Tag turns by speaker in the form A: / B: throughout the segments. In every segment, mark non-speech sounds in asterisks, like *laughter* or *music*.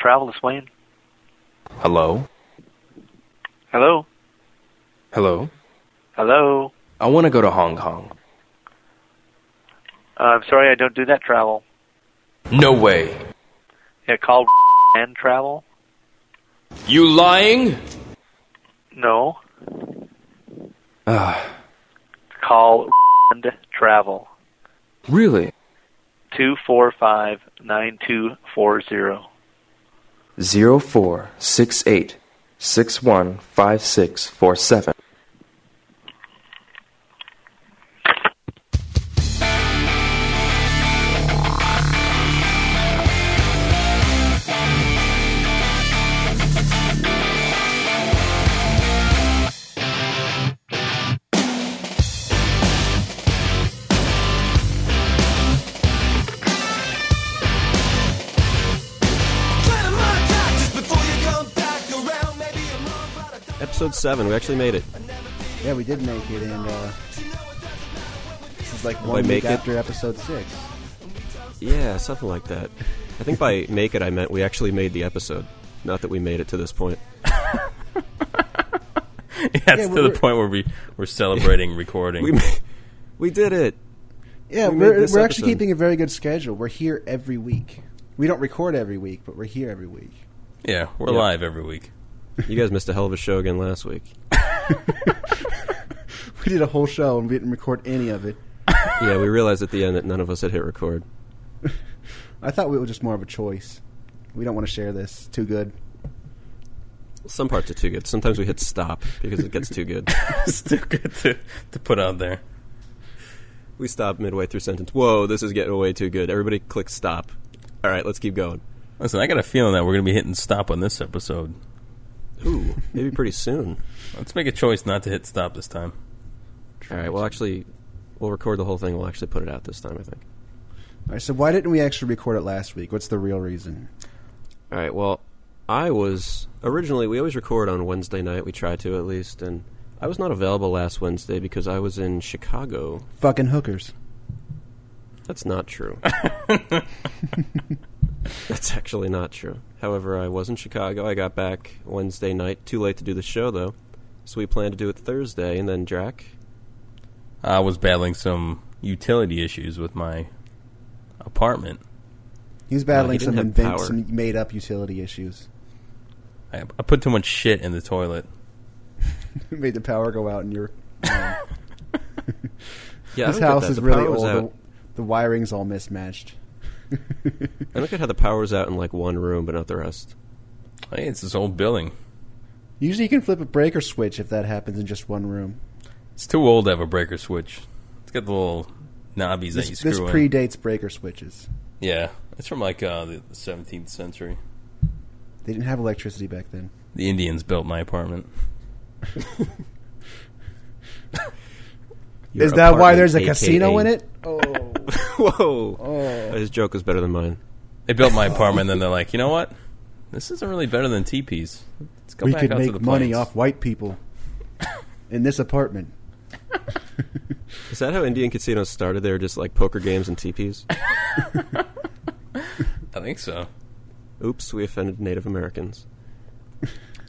A: travel this plane.
B: Hello?
A: Hello?
B: Hello?
A: Hello?
B: I want to go to Hong Kong.
A: Uh, I'm sorry, I don't do that travel.
B: No way.
A: Yeah, call *laughs* and travel?
B: You lying?
A: No.
B: Ah,
A: Call *laughs* and travel.
B: really?
A: 245 9240.
B: 0468 615647.
C: Episode 7, we actually made it.
D: Yeah, we did make it, and uh, this is like one
C: By
D: week
C: make it?
D: after episode six.
C: Yeah, something like that. I think
E: *laughs*
C: by make it, I meant we actually made the episode. Not that we made it to this point.
E: Yeah, it's
D: Yeah,
E: to the
D: we're-
E: point where we
C: *laughs*
E: we're celebrating recording.
C: We, ma- we did it.
D: Yeah,
C: We
D: we are
C: made this
D: we're actually
C: episode.
D: keeping a very good schedule. We're here every week. We don't record every week, but we're here every week. *laughs*
E: yeah, we're
C: Yeah.
E: live every week.
C: You guys missed a hell of a show again last week.
D: We did a whole show and we didn't record any of it.
C: Yeah, we realized at the end that none of us had hit record.
D: I thought we were just more of a choice. We don't want to share this. Too good.
C: Some parts are too good. Sometimes we hit stop because it gets too
E: *laughs*
C: good.
E: It's too good to, to put out there.
C: We stop midway through sentence. Whoa, this is getting way too good. Everybody click stop. All right, let's keep going.
E: Listen, I got a feeling that we're going to be hitting stop on this episode.
C: Ooh, maybe pretty soon.
E: Let's make a choice not to hit stop this time.
C: All right, we'll actually we'll record the whole thing. We'll actually put it out this time, I think.
D: All right, so why didn't we actually record it last week? What's the real reason?
C: All right. Well, I was originally we always record on Wednesday night. We try to at least, and I was not available last Wednesday because I was in Chicago.
D: Fucking hookers.
C: That's not
D: *laughs*
C: true. That's actually not true. However, I was in Chicago. I got back Wednesday night. Too late to do the show though, so we planned to do it Thursday. And then Jack,
E: I was battling some utility issues with my apartment.
D: He was battling
C: didn't
D: some,
C: have
D: invent-
C: power.
D: some made up utility issues. *laughs*
E: I, I put too much shit in the toilet.
D: Made the power go out
C: *laughs*
D: in your. uh,
C: yeah, I don't
D: This
C: get
D: house
C: that.
D: is
C: The
D: really
C: power was
D: old. The,
C: out-
D: the wiring's all mismatched. *laughs*
C: I don't get how the power's out in like one room, but not the rest.
E: Hey, it's this old building.
D: Usually you can flip a breaker switch if that happens in just one room.
E: It's too old to have a breaker switch. It's got the little knobbies that you
D: This,
E: screw
D: this
E: in.
D: predates breaker switches.
E: yeah, it's from like uh, the 17th century.
D: They didn't have electricity back then.
E: The Indians built my apartment.
C: Your
D: Is that why
C: apartment,
D: there's a
C: AKA.
D: casino in it? Oh.
C: *laughs* Whoa!
D: Oh.
C: His joke was better than mine.
E: They built my apartment, and then they're like, you know what? This isn't really better than teepees. Let's go
D: we
E: back
D: could
E: out to
D: make
E: the
D: money
E: plains."
D: off white people
E: *laughs*
D: in this apartment.
C: Is that how Indian casinos started? They were just like poker games and teepees.
E: I think so.
C: Oops, we offended Native Americans.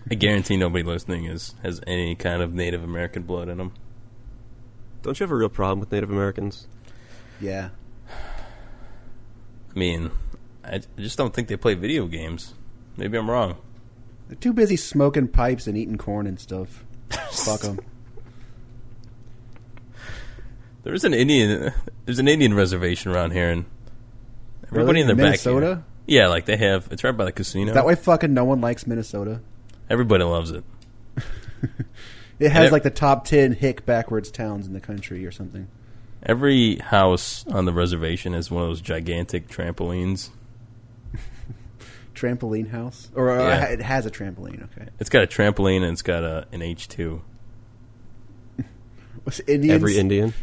E: I guarantee nobody listening is has any kind of Native American blood in them.
C: Don't you have a real problem with Native Americans?
D: Yeah.
E: I mean, I I just don't think they play video games. Maybe I'm wrong.
D: They're too busy smoking pipes and eating corn and stuff. Fuck them.
E: There is an Indian. *laughs* There's an Indian reservation around here, and everybody in their
D: Minnesota?
E: back. Yeah, like they have. It's right by the casino.
D: That way fucking no one likes Minnesota.
E: everybody loves it.
D: It has
E: it-
D: like the top 10 hick backwards towns in the country or something.
E: Every house on the reservation has one of those gigantic trampolines.
D: Trampoline house? Or uh,
E: Yeah.
D: it has a trampoline, okay.
E: It's got a trampoline and it's got a an H two.
D: Was Indians,
C: Every Indian.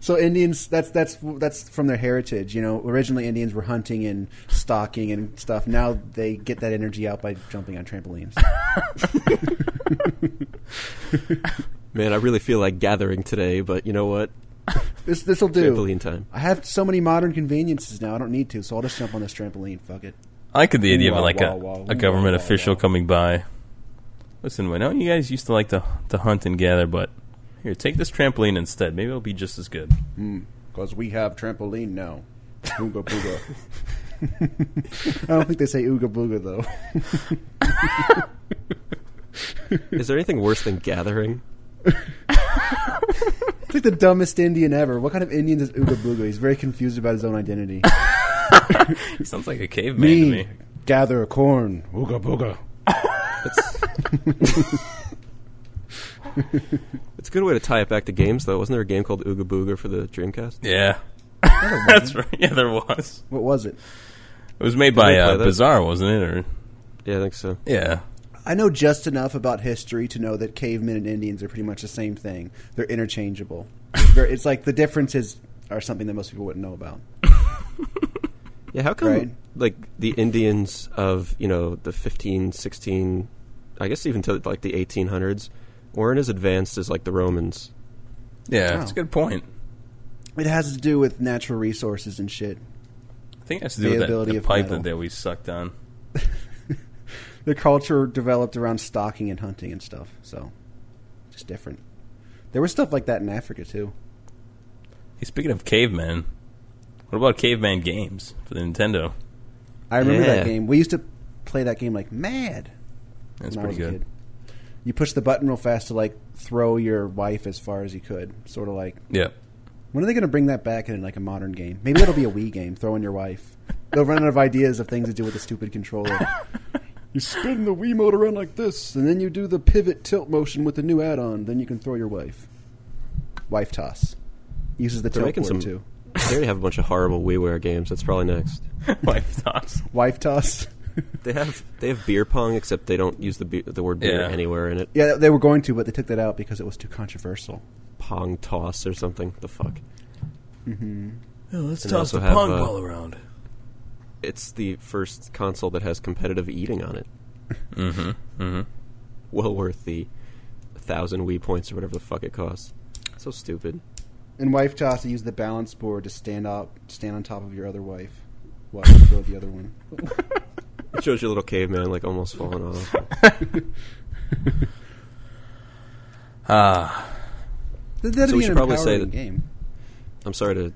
D: So Indians, that's that's that's from their heritage. You know, originally Indians were hunting and stalking and stuff. Now they get that energy out by jumping
C: *laughs*
D: on trampolines.
C: Man, I really feel like gathering today, but you know what?
D: this this'll do.
C: Trampoline time.
D: I have so many modern conveniences now. I don't need to, so I'll just jump on this trampoline. Fuck it.
E: I like the idea of
D: Wah,
E: like a,
D: wah, wah,
E: a government
D: wah, wah,
E: official
D: wah.
E: coming by. Listen, I know you guys used to like to to hunt and gather, but here, take this trampoline instead. Maybe it'll be just as good.
D: Because we have trampoline now.
C: *laughs*
D: Ooga booga. I don't think they say ooga booga though. *laughs*
C: Is there anything worse than gathering?
D: It's like the dumbest Indian ever. What kind of Indian is ooga booga? He's very confused about his own identity.
E: Sounds like a caveman to
D: Me,
E: me.
D: gather corn. Ooga booga.
C: It's a good way to tie it back to games, though. Wasn't there a game called Ooga Booga for the Dreamcast?
E: Yeah, *laughs* that's right. Yeah, there was.
D: What was it?
E: It was made by
C: we play
E: uh,
C: that?
E: Bizarre, wasn't it? Or
C: Yeah, I think so.
E: yeah,
D: I know just enough about history to know that cavemen and Indians are pretty much the same thing. They're interchangeable. It's, very, it's like the differences are something that most people wouldn't know about.
C: Yeah, how come
D: Right.
C: like the Indians of you know the 15, 16, I guess even to like the eighteen hundreds weren't as advanced as like the Romans?
E: yeah.
D: Wow.
E: It's a good point.
D: It has to do with natural resources and shit.
E: I think it has to
D: The
E: do with that,
D: ability
E: the
D: of
E: pipe
D: metal.
E: that they always sucked on.
D: The culture developed around stalking and hunting and stuff. So, just different. There was stuff like that in Africa too.
E: Hey, speaking of cavemen, what about caveman games for the Nintendo?
D: I remember
C: Yeah.
D: that game. We used to play that game like mad.
E: That's
D: when I
E: pretty
D: was a
E: good.
D: kid. You push the button real fast to like throw your wife as far as you could. Sort of like
E: Yeah.
D: When are they going to bring that back in like a modern game? Maybe it'll be a Wii game. Throw in your wife. They'll run out of ideas of things to do with a stupid controller. *laughs* you spin the Wii mode around like this, and then you do the pivot tilt motion with the new add-on. Then you can throw your wife. Wife toss uses the
C: They're
D: tilt
C: making
D: board
C: some.
D: too.
C: *laughs* They already have a bunch of horrible WiiWare games. That's probably next.
E: *laughs* Wife thoughts.
D: Wife toss.
C: They have they have beer pong, except they don't use the be- the word beer
E: Yeah.
C: anywhere in it.
D: *laughs* yeah, they were going to, but they took that out because it was too controversial.
C: Pong toss or something. The fuck.
E: let's
C: And they toss also the have, pong uh, ball
E: around.
C: It's the first console that has competitive eating on it.
E: Mm-hmm. Mm-hmm.
C: Well worth the thousand Wii points or whatever the fuck it costs. So stupid.
D: In wife toss, they use the balance board to stand up, stand on top of your other wife, while you throw the other one.
C: It shows your little caveman like almost falling off.
E: Ah,
D: Th- That'd
C: So we
D: be
C: should
D: an
C: probably say
D: empowering
C: that-
D: game.
C: I'm sorry to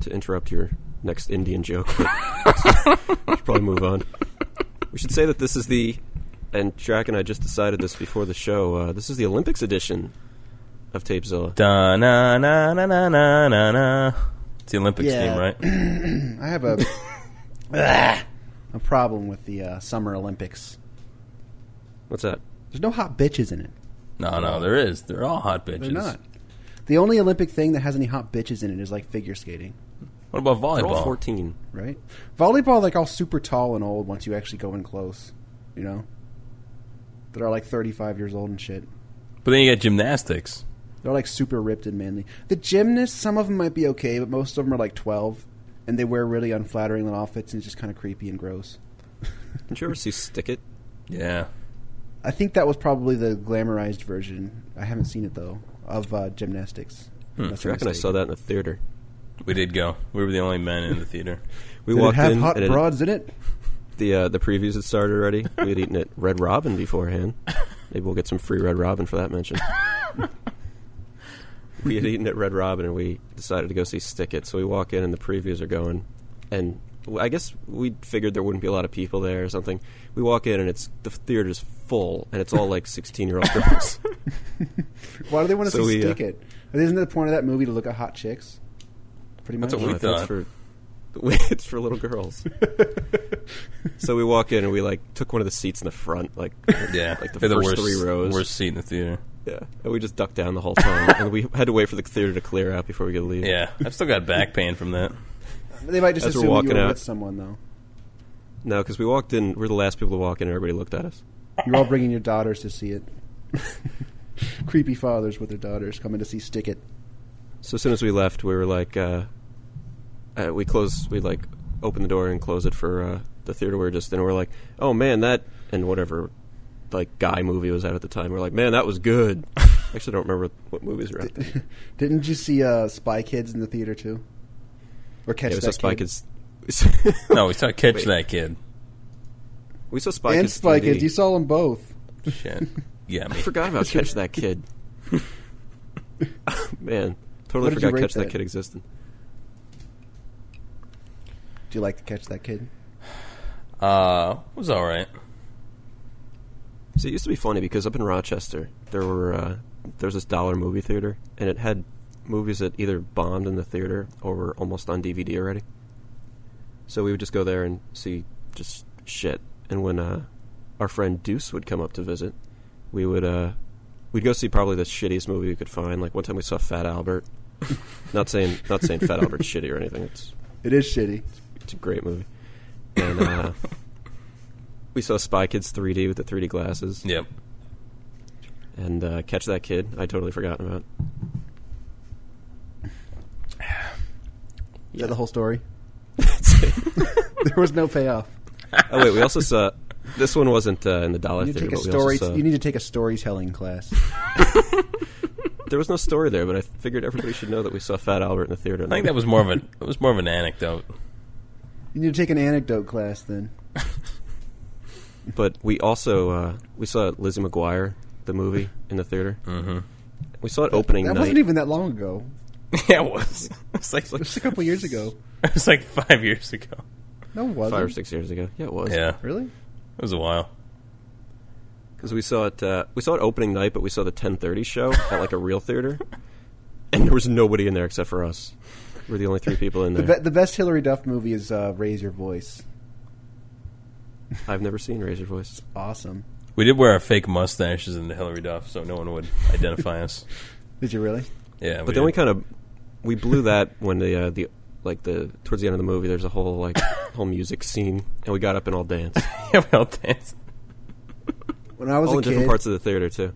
C: to interrupt your next Indian joke. but we should probably move on. We should say that this is the and Jack and I just decided this before the show. Uh, this is the Olympics edition of Tapezilla.
E: da na na na na na na na. It's the Olympics
D: Yeah.
C: *clears throat*
E: theme, right?
D: I have a Ah, a problem with the uh, Summer Olympics.
C: What's that?
D: There's no hot bitches in it.
E: no, no, there is. They're all hot bitches.
D: They're not. The only Olympic thing that has any hot bitches in it is like figure skating,
E: What about
C: They're all
E: volleyball?
C: 14.
D: right? Volleyball, like all super tall and old. Once you actually go in close, you know, that are like 35 years old and shit.
E: But then you got gymnastics.
D: They're like super ripped and manly. The gymnasts, some of them might be okay, but most of them are like 12, and they wear really unflattering little outfits and it's just kind of creepy and gross.
C: Did you ever see Stick It?
E: Yeah.
D: I think that was probably the glamorized version. I haven't seen it though of uh, gymnastics. That's a
C: Jack and Hmm, I
D: mistake.
C: saw that in the theater.
E: We did go. We were the only men in
C: *laughs*
E: the theater.
C: We
D: Did it
C: walked
D: have
C: in
D: hot
C: and it-
D: broads in it?
C: the uh, the previews had started already. We had eaten at Red Robin beforehand. Maybe we'll get some free Red Robin for that
E: *laughs*
C: mention. we had eaten at Red Robin and we decided to go see Stick It. So we walk in and the previews are going, and w- I guess we figured there wouldn't be a lot of people there or something. We walk in and it's the theater's full and it's all like sixteen year
E: *laughs*
C: old girls.
D: Why do they want to
C: So
D: see
C: we,
D: stick
C: uh,
D: it? Isn't the point of that movie to look at hot chicks? Pretty much.
E: That's what we
C: No, I think
E: thought.
C: It's for, Uh, *laughs* it's for little girls. so we walk in and we like took one of the seats in the front, like
E: Yeah.
C: like the
E: They're
C: first
E: worst,
C: three rows.
E: Worst seat in the theater.
C: Yeah, and we just ducked down the whole time, and we had to wait for the theater to clear out before we could leave.
E: Yeah. I've still got back pain from that.
D: *laughs* they might just
C: As we're
D: assume that you
C: walking
D: were
C: out-
D: with someone though.
C: no, because we walked in, we are the last people to walk in, and everybody looked at us.
D: You're all bringing your daughters to see it. *laughs* Creepy fathers with their daughters coming to see stick it. *laughs*
C: So as soon as we left, we were like, uh, uh, we closed, we like opened the door and closed it for uh, the theater we were just in. And we're like, oh man, that and whatever, like guy movie was out at the time. We're like, man, that was good. Actually, I don't remember what movies were out. There.
D: Didn't you see uh, Spy Kids in the theater too? Or catch
C: it was
D: that
C: a Spy
D: Kid?
C: Kids. *laughs*
E: No, we saw Catch That Kid.
C: We saw Spy
D: and
C: Kids.
D: Spy
C: 3D.
D: Kids. You saw them both.
E: Shit. Yeah,
C: I
E: me.
C: forgot
D: *laughs*
C: about Catch That Kid. *laughs* Man,
D: What
C: totally
D: did you
C: forgot
D: rate
C: Catch That
D: that?
C: Kid existed.
D: Do you like to catch that kid?
E: Uh, it was all right.
C: See, it used to be funny because up in Rochester, there were uh, there was this dollar movie theater, and it had movies that either bombed in the theater or were almost on DVD already. So we would just go there and see just shit. And when uh, our friend Deuce would come up to visit, we would uh, we'd go see probably the shittiest movie we could find. Like one time we saw Fat
D: *laughs*
C: Albert. not saying not saying Fat Albert's shitty or anything. It's
D: It is shitty.
C: it's a great movie. And
E: *laughs*
C: uh, we saw Spy Kids 3D with the 3D glasses
E: Yep.
C: and uh, catch that kid. I totally forgotten about.
D: Is that the
C: *laughs*
D: whole story? there was no payoff.
C: Oh wait, we also saw this one wasn't uh, in the dollar
D: You need, to
C: theater,
D: take a
C: but we
D: story,
C: also saw,
D: you need to take a storytelling class.
C: there was no story there. But I figured everybody should know that we saw Fat Albert in the theater.
E: I think that was more of an it was more of an
C: *laughs*
E: anecdote.
D: You need to take an anecdote class then.
C: But we also uh, we saw Lizzie McGuire the movie in the theater. Mm-hmm. We saw it opening
D: That
C: night.
D: wasn't even that long ago.
E: yeah, it was. *laughs* It's like
D: Just a couple years ago.
E: it was like five years ago.
D: No, it wasn't.
C: Five or six years ago, yeah, it was.
E: Yeah, it
D: Really?
E: was a while.
C: because we saw it. Uh, we saw it opening night, but we saw the ten thirty show at like a real theater, *laughs* and there was nobody in there except for us. We're the only three people in
D: The,
C: there.
D: be- the best Hillary Duff movie is uh, Raise Your Voice.
C: I've never seen Razor Voice.
D: Awesome.
E: We did wear our fake mustaches into Hillary Duff, so no one would identify us.
D: Did you really?
E: Yeah,
C: But then we
E: did.
C: kind of we blew that when the uh, the like the towards the end of the movie. There's a whole like whole music scene, and we got up and all danced,
E: *laughs* yeah, we all danced.
D: When I was
C: all
D: a
C: in different
D: kid,
C: parts of the theater too.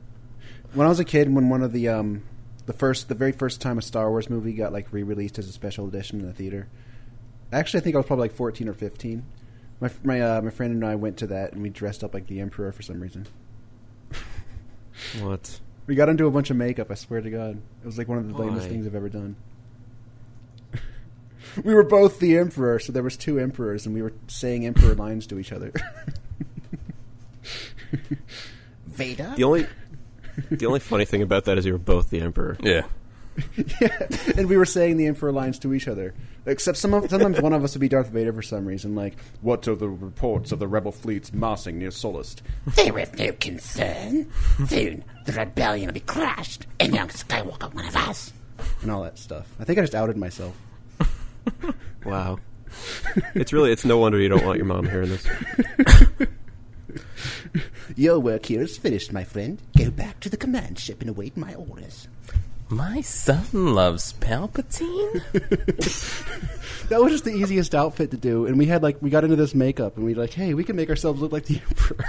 D: when I was a kid, when one of the um, the first, the very first time a Star Wars movie got like re-released as a special edition in the theater. Actually, I think I was probably like fourteen or fifteen. My my uh, my friend and I went to that, and we dressed up like the Emperor for some reason.
C: What?
D: We got into a bunch of makeup. I swear to God, it was like one of the lamest
C: Why?
D: things I've ever done. *laughs* we were both the Emperor, so there was two emperors, and we were saying Emperor lines to each other. *laughs* Vader.
C: The only the only funny thing about that is you were both the emperor.
E: Yeah,
D: Yeah, and we were saying the Emperor lines to each other. Except some of, sometimes one of us would be Darth Vader for some reason. Like, what are the reports of the Rebel fleets massing near Solist?
F: There is no concern. Soon, the rebellion will be crushed, and young Skywalker one of us.
D: And all that stuff. I think I just outed myself.
C: Wow. it's really it's no wonder you don't want your mom hearing this.
F: Your work here is finished, my friend. Go back to the command ship and await my orders.
E: my son loves Palpatine.
D: That was just the easiest outfit to do. And we had like we got into this makeup, and we like, hey, we can make ourselves look like the Emperor.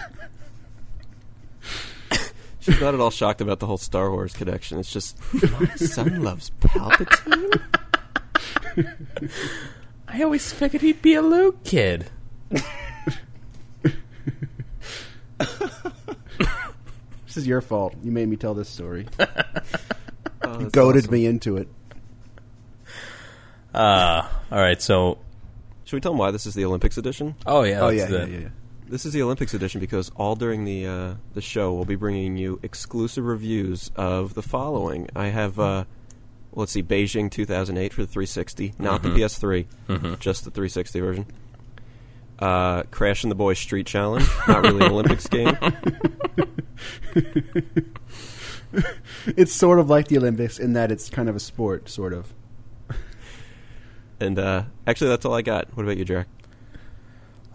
D: *laughs*
C: She's not at all shocked about the whole Star Wars connection. It's just my son loves
D: *laughs*
C: Palpatine.
E: I always figured he'd be a Luke kid.
D: this is your fault. You made me tell
F: *laughs*
D: this story.
C: Oh,
D: you
C: that's
D: goaded
C: awesome.
D: me into it.
E: Uh, all right. So,
C: Should we tell him why this is the Olympics edition?
E: oh yeah,
D: oh
E: that's
D: yeah, yeah,
E: the-
D: yeah, yeah.
C: This is the Olympics edition because all during the uh, the show we'll be bringing you exclusive reviews of the following. I have uh, well, let's see, Beijing 2008 for the 360, not the PS3, just the 360 version. Uh, Crash and the Boys Street Challenge, not really an Olympics game.
D: It's sort of like the Olympics in that it's kind of a sport, sort of.
C: And uh, actually, that's all I got. What about you, Jack?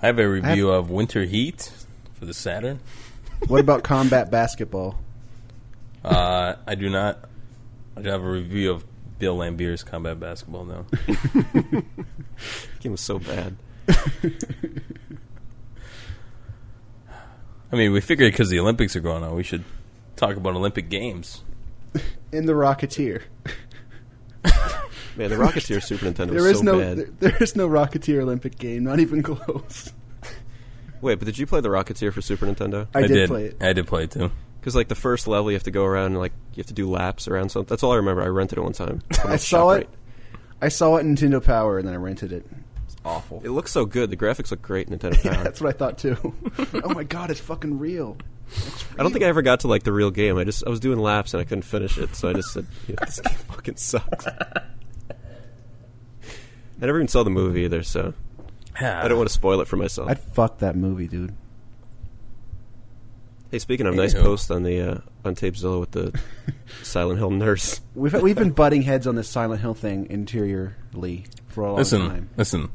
E: I have a review of Winter Heat for the Saturn.
D: What about combat basketball?
E: Uh, *laughs* I do not. I do have a review of Bill Lambier's combat basketball though.
C: The game was so bad.
E: I mean, we figured because the Olympics are going on, we should talk about Olympic games.
D: In the Rocketeer.
C: Man, the Rocketeer Super Nintendo
D: There
C: was
D: is
C: so
D: no
C: bad.
D: there- there is no Rocketeer Olympic game, not even close.
C: Wait, but did you play the Rocketeer for Super Nintendo?
D: I, did, play it.
E: I did play it too.
C: Because like the first level, you have to go around and like you have to do laps around something. That's all I remember. I rented it one time.
D: I saw it. I saw it in Nintendo Power and then I rented it. It's awful.
C: It looks so good. The graphics look great in Nintendo Power.
D: *laughs* Yeah, that's what I thought too. *laughs* oh my god, it's fucking real.
C: I don't think I ever got to like the real game. I just I was doing laps and I couldn't finish it, so I just said, yeah, "This game fucking sucks." I never even saw the movie either, so I don't want to spoil it for myself.
D: I'd fuck that movie, dude.
C: hey, speaking of, nice
E: Anywho.
C: post on the uh, on Tapezilla with the Silent Hill nurse.
D: We've we've *laughs* been butting heads on this Silent Hill thing interiorly for a long
E: listen,
D: time.
E: listen.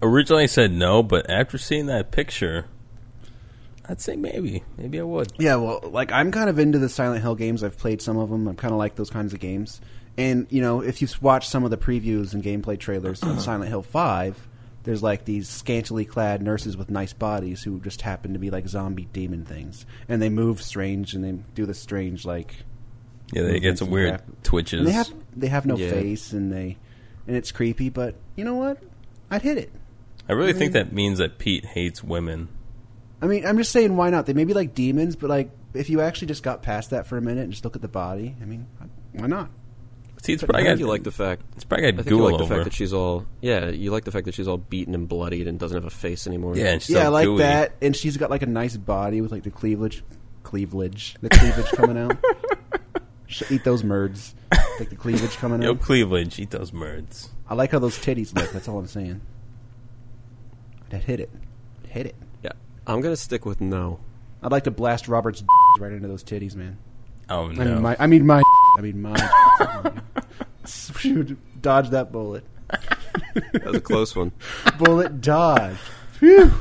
E: Originally, I said no, but after seeing that picture, I'd say maybe, maybe I would.
D: Yeah, well, like I'm kind of into the Silent Hill games. I've played some of them. I kind of like those kinds of games. And you know, if you've watched some of the previews and gameplay trailers of Silent Hill Five, there's like these scantily clad nurses with nice bodies who just happen to be like zombie demon things, and they move strange and they do the strange like
E: Yeah, they get
D: movements
E: some
D: and
E: weird
D: crap.
E: twitches.
D: And they have they have no
C: Yeah.
D: face and they and it's creepy. But you know what? I'd hit it.
E: I really think that means that Pete hates women.
D: I mean, I'm just saying, why not? They may be like demons, but like if you actually just got past that for a minute and just look at the body, I mean, why not?
E: See, it's
C: I
E: probably
C: think
E: got
C: you like the fact.
E: it's probably
C: I
E: got
C: think you
E: ghoul
C: like the
E: over.
C: fact that she's all yeah. You like the fact that she's all beaten and bloodied and doesn't have a face anymore.
E: yeah, and she's
D: yeah, I
E: all
D: like
E: gooey.
D: that. And she's got like a nice body with like the cleavage, cleavage, the cleavage coming out. Should eat those merds, like the cleavage coming
E: Yo,
D: out.
E: Cleveland, eat those merds.
D: I like how those titties look. That's all I'm saying. That hit it, I'd hit it.
C: yeah. I'm gonna stick with no.
D: I'd like to blast Robert's right into those titties, man.
E: Oh
D: I
E: no!
D: mean my, I mean my, I mean my. *laughs* Shoot, dodge that bullet.
C: That was a close
D: *laughs*
C: one.
D: Bullet dodge. Phew.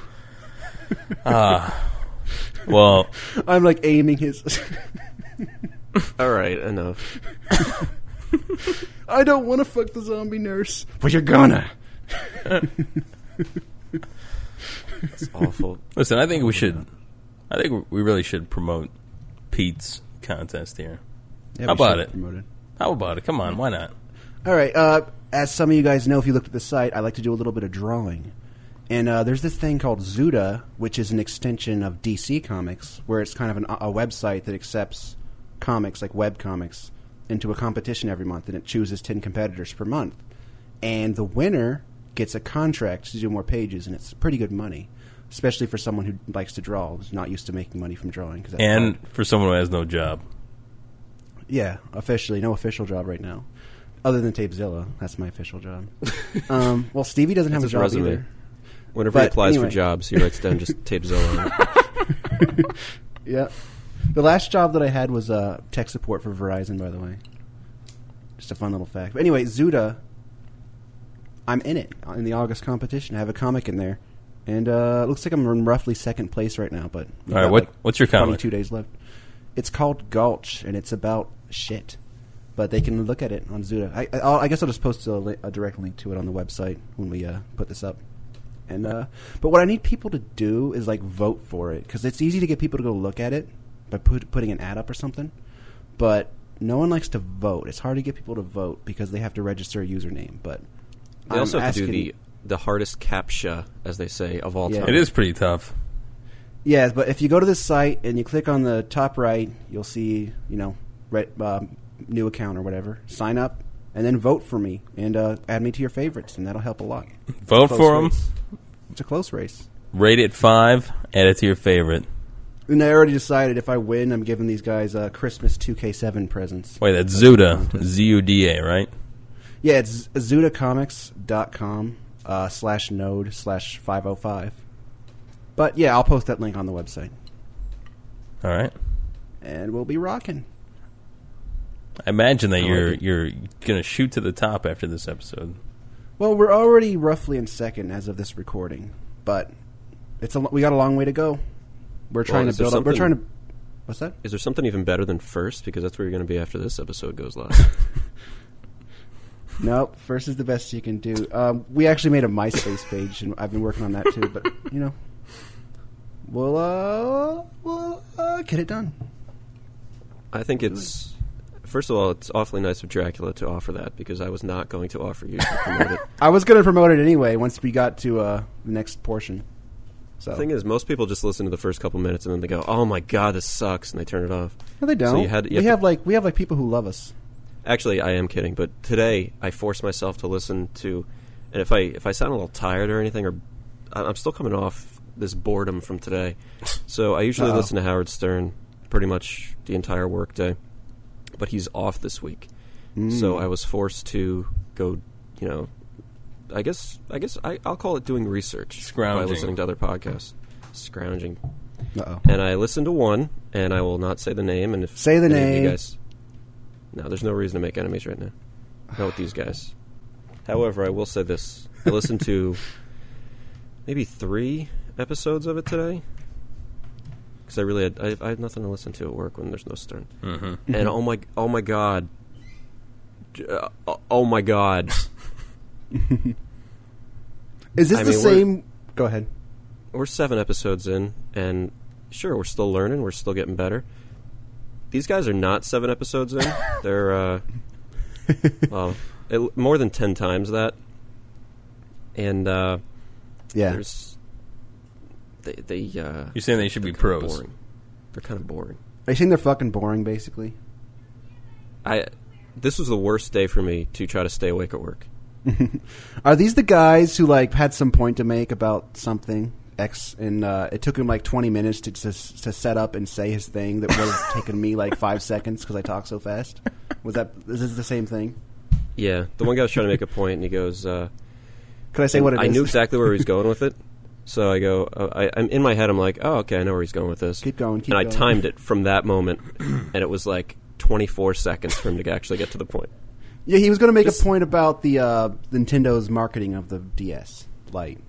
E: well,
D: I'm like aiming his. *laughs*
C: All right, enough.
D: I don't want to fuck the zombie nurse, but you're gonna.
C: It's
D: *laughs*
C: awful.
E: listen, I think we should. I think we really should promote Pete's contest here.
D: Yeah,
E: How
D: we should
E: about it?
D: promote it?
E: How about it? Come on, why not?
D: All right. Uh, as some of you guys know, if you looked at the site, I like to do a little bit of drawing. And uh, there's this thing called Zuda, which is an extension of DC Comics, where it's kind of an, a website that accepts comics, like web comics, into a competition every month, and it chooses 10 competitors per month. And the winner gets a contract to do more pages, and it's pretty good money, especially for someone who likes to draw, who's not used to making money from drawing. 'cause that's hard.
E: And for someone who has no job,
D: Yeah, officially, no official job right now, other than Tapezilla. That's my
C: *laughs*
D: official job. um, well, Stevie doesn't have a
C: That's
D: job
C: his resume.
D: either.
C: Whenever he
D: But
C: applies
D: anyway.
C: for jobs, he writes
D: *laughs*
C: down just Tapezilla.
D: Yeah, the last job that I had was uh, tech support for Verizon. By the way, just a fun little fact. But anyway, Zuda, I'm in it uh, in the August competition. I have a comic in there, and uh, it looks like I'm in roughly second place right now. But we've
E: All right,
D: got,
E: what-
D: like,
E: what's your comic?
D: Probably two days left. It's called Gulch, and it's about shit. But they can look at it on Zuda. I, I, I'll- I guess I'll just post a, li- a direct link to it on the website when we uh, put this up. And uh, but what I need people to do is like vote for it because it's easy to get people to go look at it by put, putting an ad up or something. But no one likes to vote. It's hard to get people to vote because they have to register a username. But
C: They
D: I'm
C: also have to do
D: asking-
C: the the hardest captcha, as they say, of all
D: Yeah.
C: time.
E: it is pretty tough.
D: Yeah, but if you go to this site and you click on the top right, you'll see you know re- um, new account or whatever. Sign up and then vote for me and uh, add me to your favorites, and that'll help a lot.
E: Vote
D: Close
E: for him.
D: race. It's a close race.
E: Rate it five. Add it to your favorite.
D: And I already decided if I win, I'm giving these guys uh, Christmas 2K7 presents.
E: Wait, that's Zuda. Z U D A, right?
D: Yeah, it's zudacomics.com uh, slash node slash 505. But yeah, I'll post that link on the website.
E: All right.
D: And we'll be rocking.
E: I imagine that
C: like
E: you're
C: it.
E: you're gonna shoot to the top after this episode.
D: Well, we're already roughly in second as of this recording, but it's a, lo- we got a long way to go. We're trying
C: is
D: to
C: there
D: build up. We're
C: something-
D: trying to. What's that?
C: Is there something even better than first? Because that's where you're going to be after this episode goes live.
E: *laughs*
D: Nope. First is the best you can do. Um, we actually made a MySpace page, and I've been working on that too. But you know, we'll uh, we'll uh, get it done.
C: I think it's first of all, it's awfully nice of Dracula to offer that because I was not going to offer you to promote it.
D: I was going to promote it anyway once we got to uh, the next portion. So
C: The thing is, most people just listen to the first couple minutes and then they go, "Oh my god, this sucks," and they turn it off.
D: no, they don't.
C: So you had, you
D: we
C: have
D: have
C: to-
D: like we have like people who love us.
C: Actually, I am kidding, but today I forced myself to listen to And if I if I sound a little tired or anything, or I- I'm still coming off this boredom from today, so I usually
D: Uh-oh.
C: listen to Howard Stern pretty much the entire workday. But he's off this week, so I was forced to go. You know, I guess I guess I, I'll call it doing research
E: Scrounging.
C: by listening to other podcasts, scrounging.
D: Uh-oh.
C: And I listened to one, and I will not say the name. And if
D: Say the
C: any of
D: name.
C: you guys. No, there's no reason to make enemies right now. Not with these guys. However, I will say this: I listened to *laughs* maybe three episodes of it today because I really had I, I had nothing to listen to at work when there's no Stern. Mm-hmm. And oh my, oh my God, J- uh, oh my God,
D: Is this
C: I
D: the
C: mean, we're-
D: same? Go ahead.
C: we're seven episodes in, and sure, we're still learning, we're still getting better. These guys are not seven episodes in; they're uh, well, it, more than ten times that. And uh,
D: Yeah.
C: there's they they uh,
E: You're saying they should be
C: kinda
E: pros.
C: Boring. They're kind of boring.
D: They think they're fucking boring, basically.
C: I this was the worst day for me to try to stay awake at work.
D: Are these the guys who like had some point to make about something X, and uh, it took him like twenty minutes to, to to set up and say his thing that would
C: *laughs*
D: have taken me like five seconds because I talk so fast? Was that is this the same thing?
C: Yeah, the one guy was trying to make a point, and he goes. Uh,
D: Could I say what it is?
C: I knew exactly where he was going with it. So I go, uh, I, I'm in my head. I'm like, oh, okay, I know where he's going with this.
D: Keep going, keep
C: and I
D: going.
C: timed it from
D: *clears throat*
C: that moment, and it was like 24 seconds for him to actually get to the point.
D: *laughs* Yeah, he was going to make
C: Just-
D: a point about the uh, Nintendo's marketing of the DS Lite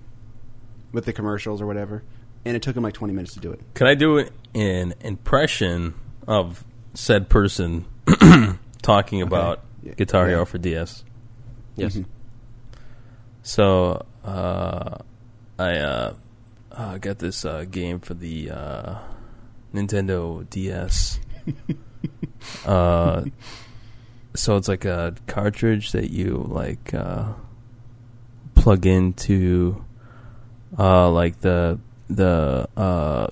D: with the commercials or whatever, and it took him like twenty minutes to do it.
E: Could I do an impression of said person *clears throat* talking about
D: Yeah.
E: Guitar Hero
D: Yeah.
E: for DS?
D: Mm-hmm. *laughs*
C: Yes.
E: So uh, I uh, uh, got this uh, game for the uh, Nintendo DS. uh, so it's like a cartridge that you like uh, plug into uh, like the the uh,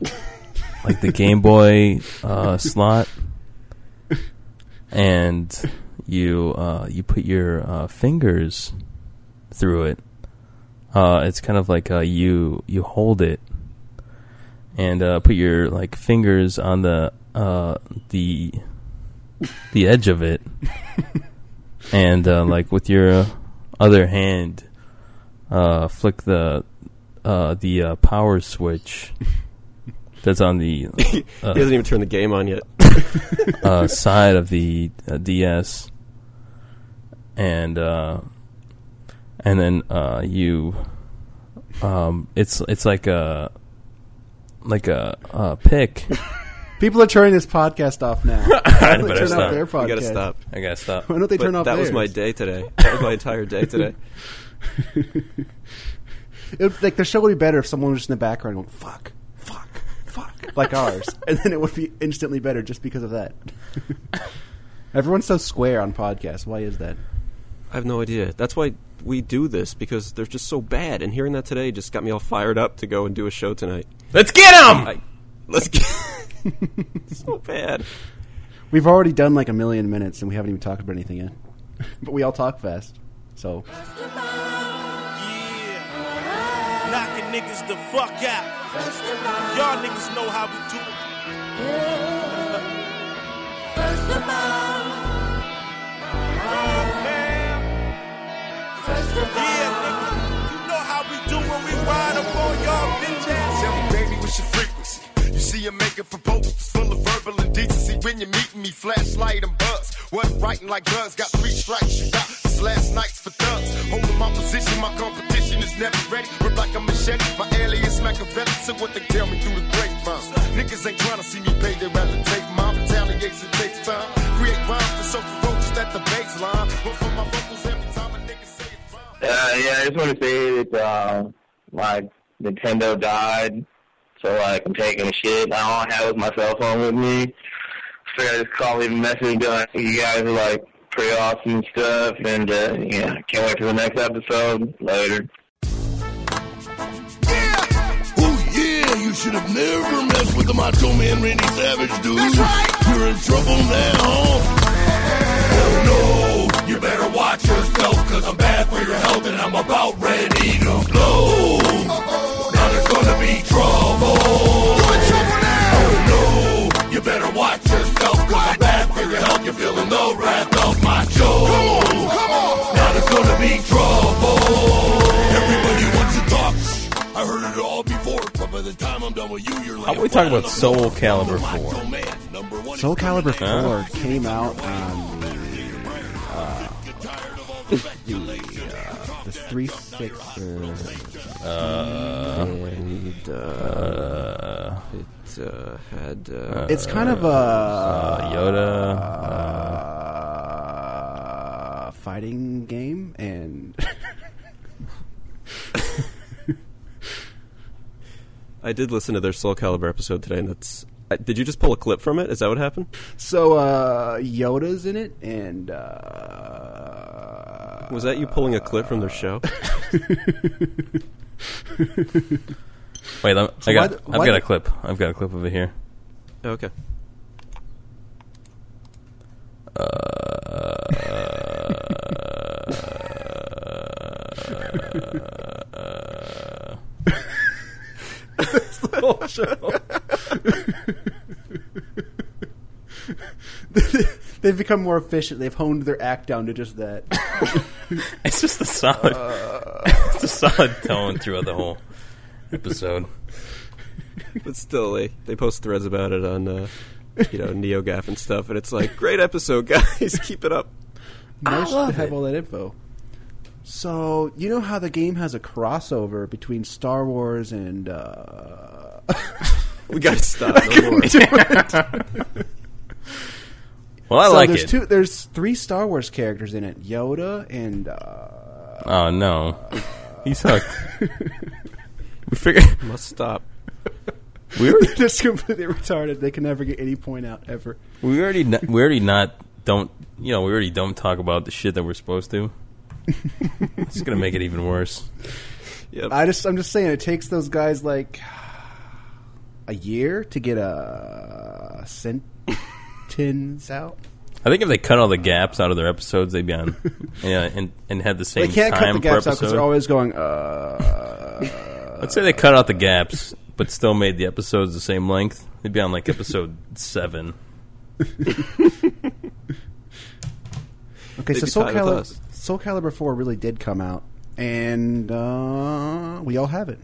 E: like the Game Boy uh, slot, and you uh, you put your uh, fingers through it. Uh, it's kind of like uh, you you hold it and uh, put your like fingers on the uh, the the edge of it, and uh, like with your other hand, uh, flick the uh, the uh, power switch that's on the uh,
C: he hasn't even turned the game on
D: *laughs*
C: yet.
E: uh, side of the uh, DS, and uh, and then uh, you, um, it's it's like a like a, a pick.
D: People are turning this podcast off
C: *laughs*
D: now.
E: I
D: Why don't they
E: better
D: turn off
E: stop.
D: their
E: You
D: podcast?
C: You gotta stop.
E: I uh. gotta stop.
G: Uh,
D: Why don't they
C: But
D: turn off?
C: that was
D: theirs?
C: my day
D: *laughs*
C: today. That was my entire day today.
D: It, would- like the show would be better if someone was just in the background going fuck, fuck, fuck, like uh, ours, *laughs* and then it would be instantly better just because of that. Everyone's so square on podcasts. Why is that?
C: I have no idea. That's why we do this because they're just so bad. And hearing that today just got me all fired up to go and do a show tonight.
E: Let's get him.
C: I, let's
D: *laughs*
C: get *laughs* so bad.
D: We've already done like a million minutes and we haven't even talked about anything yet, but we all talk fast. So
H: Yeah. Knocking niggas the fuck out. Y'all niggas know how we do it. Man. Yeah, nigga. You know how we do when we ride up on y'all bitch ass.
I: Tell me, baby, what's your frequency? You see, I'm making proposals full of verbal indecency. When you meet me, flashlight and buzz. What writing like guns? Got three strikes, you got this last nights for thugs. Holding my position, my competition is never ready. Rip like a machete, my alias Machiavelli. So what they tell me through the grapevine. Niggas ain't tryna see me pay, they rather take my retaliation takes time. Create rhymes for so ferocious at the baseline. But for my vocals, every time a nigga say it's fine.
G: Uh, yeah, I just want to say that um, my Nintendo died, so like I'm taking a shit. and All I have is my cell phone with me. So I just call leave a message. Going, you guys are like pretty awesome and stuff, and uh, yeah, can't wait for the next episode. Later.
J: Yeah. Oh yeah, you should have never messed with the Macho Man Randy Savage, dude. That's right. You're in trouble now. Hell no, you you better watch yourself, cause I'm bad for your health and I'm about ready to blow. Now there's gonna be trouble. You in trouble now! Oh no, you better watch yourself, cause I'm bad for your health, you're feeling the wrath of my Joe. Come on, come on! Now there's gonna be trouble. Everybody wants to talk, I heard it all before, but by the time I'm done with you, you're
E: How
J: like
E: about we talk about Soul Calibur 4?
D: Soul Calibur
E: Huh?
D: 4 came out on the, uh, the, uh, the 3 6.
C: Uh, and, uh,
E: uh,
C: it uh, had. Uh,
D: it's kind of a.
E: uh, Yoda.
D: uh, fighting game, and.
C: I did listen to their Soul Calibur episode today, and that's. Uh, did you just pull a clip from it? Is that what happened?
D: so, uh, Yoda's in it, and. Uh,
C: Was that you pulling a clip from their show?
E: Wait, I'm,
D: So why
E: I got,
D: the- why
E: I've got
D: the-
E: a clip. I've got a clip over here.
C: *laughs*
E: *laughs*
C: okay.
D: That's the whole show. *laughs* They've become more efficient. They've honed their act down to just that.
E: It's just a solid,
D: Uh.
E: it's a solid tone throughout the whole
D: *laughs*
E: episode.
C: But still, they, they post threads about it on, uh, you know, NeoGAF and stuff, and it's like, great episode, *laughs* guys. Keep it up.
D: Nice to have all that info. So you know how the game has a crossover between Star Wars and uh,
C: We gotta stop. *laughs* No more.
E: Well,
D: *laughs*
E: I
D: so
E: like
D: there's
E: it.
D: Two, there's three Star Wars characters in it: Yoda and uh,
E: oh no, he sucked.
C: *laughs*
E: we figured
C: Must stop.
E: we already,
D: just completely retarded. They can never get any point out ever.
E: we already n- we already not don't you know we already don't talk about the shit that we're
D: *laughs*
E: supposed to. it's just gonna make it even worse.
C: *laughs* Yep.
D: I just I'm just saying it takes those guys like a year to get a sentence out.
E: I think if they cut all the gaps out of their episodes, they'd be
D: *laughs*
E: on. Yeah, and and had the same
D: They can't cut
E: time
D: the gaps
E: per
D: out because
E: episode.
D: they're always going. Uh, *laughs*
E: Let's say they cut out the gaps, but still made the episodes the same length. They'd be on like episode seven.
D: okay,
C: They'd
D: so
C: be
D: Soul
C: tied with
D: Calibur,
C: us.
D: Soul Calibur Four really did come out, and uh, we all have it.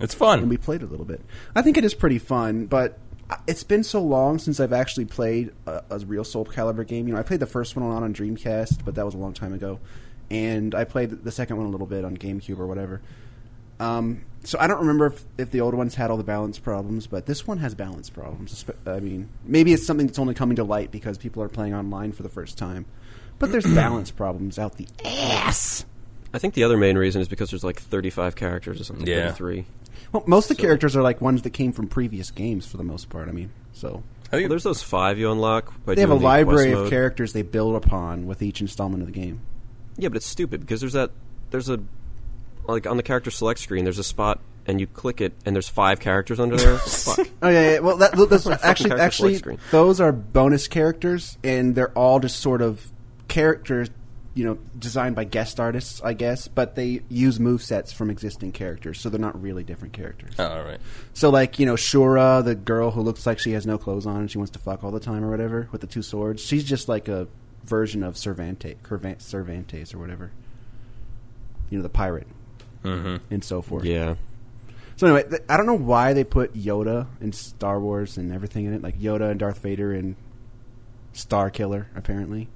E: It's
D: and we
E: fun.
D: played a little bit. I think it is pretty fun, but I- it's been so long since I've actually played a, a real Soul Calibur game. You know, I played the first one a lot on Dreamcast, but that was a long time ago, and I played the second one a little bit on GameCube or whatever. Um, so I don't remember if, if the old ones had all the balance problems, but this one has balance problems. Espe- I mean, maybe it's something that's only coming to light because people are playing online for the first time. But there's balance problems out the ass.
C: I think the other main reason is because there's like 35 characters or something.
E: Yeah.
C: 33.
D: Well, most of the characters are like ones that came from previous games for the most part. I mean, so
E: I
C: Well,
E: think
C: there's those five you unlock. By
D: they have a
C: doing the
D: library
C: quest
D: of
C: mode.
D: characters they build upon with each installment of the game.
C: Yeah, but it's stupid because there's that there's a like on the character select screen there's a spot and you click it and there's five characters under
D: *laughs*
C: there. Fuck.
D: Oh yeah, yeah. well, that, those actually
C: character
D: actually
C: select screen.
D: those are bonus characters, and they're all just sort of characters, you know, designed by guest artists, I guess. But they use move sets from existing characters, so they're not really different characters.
E: Oh, all right.
D: So like you know, Shura, the girl who looks like she has no clothes on and she wants to fuck all the time or whatever with the two swords, she's just like a version of Cervantes, Curvan- Cervantes or whatever. You know, the pirate
E: Mm-hmm.
D: and so forth.
C: Yeah,
D: So anyway, th- I don't know why they put Yoda and Star Wars and everything in it, like Yoda and Darth Vader and Star Killer. Apparently,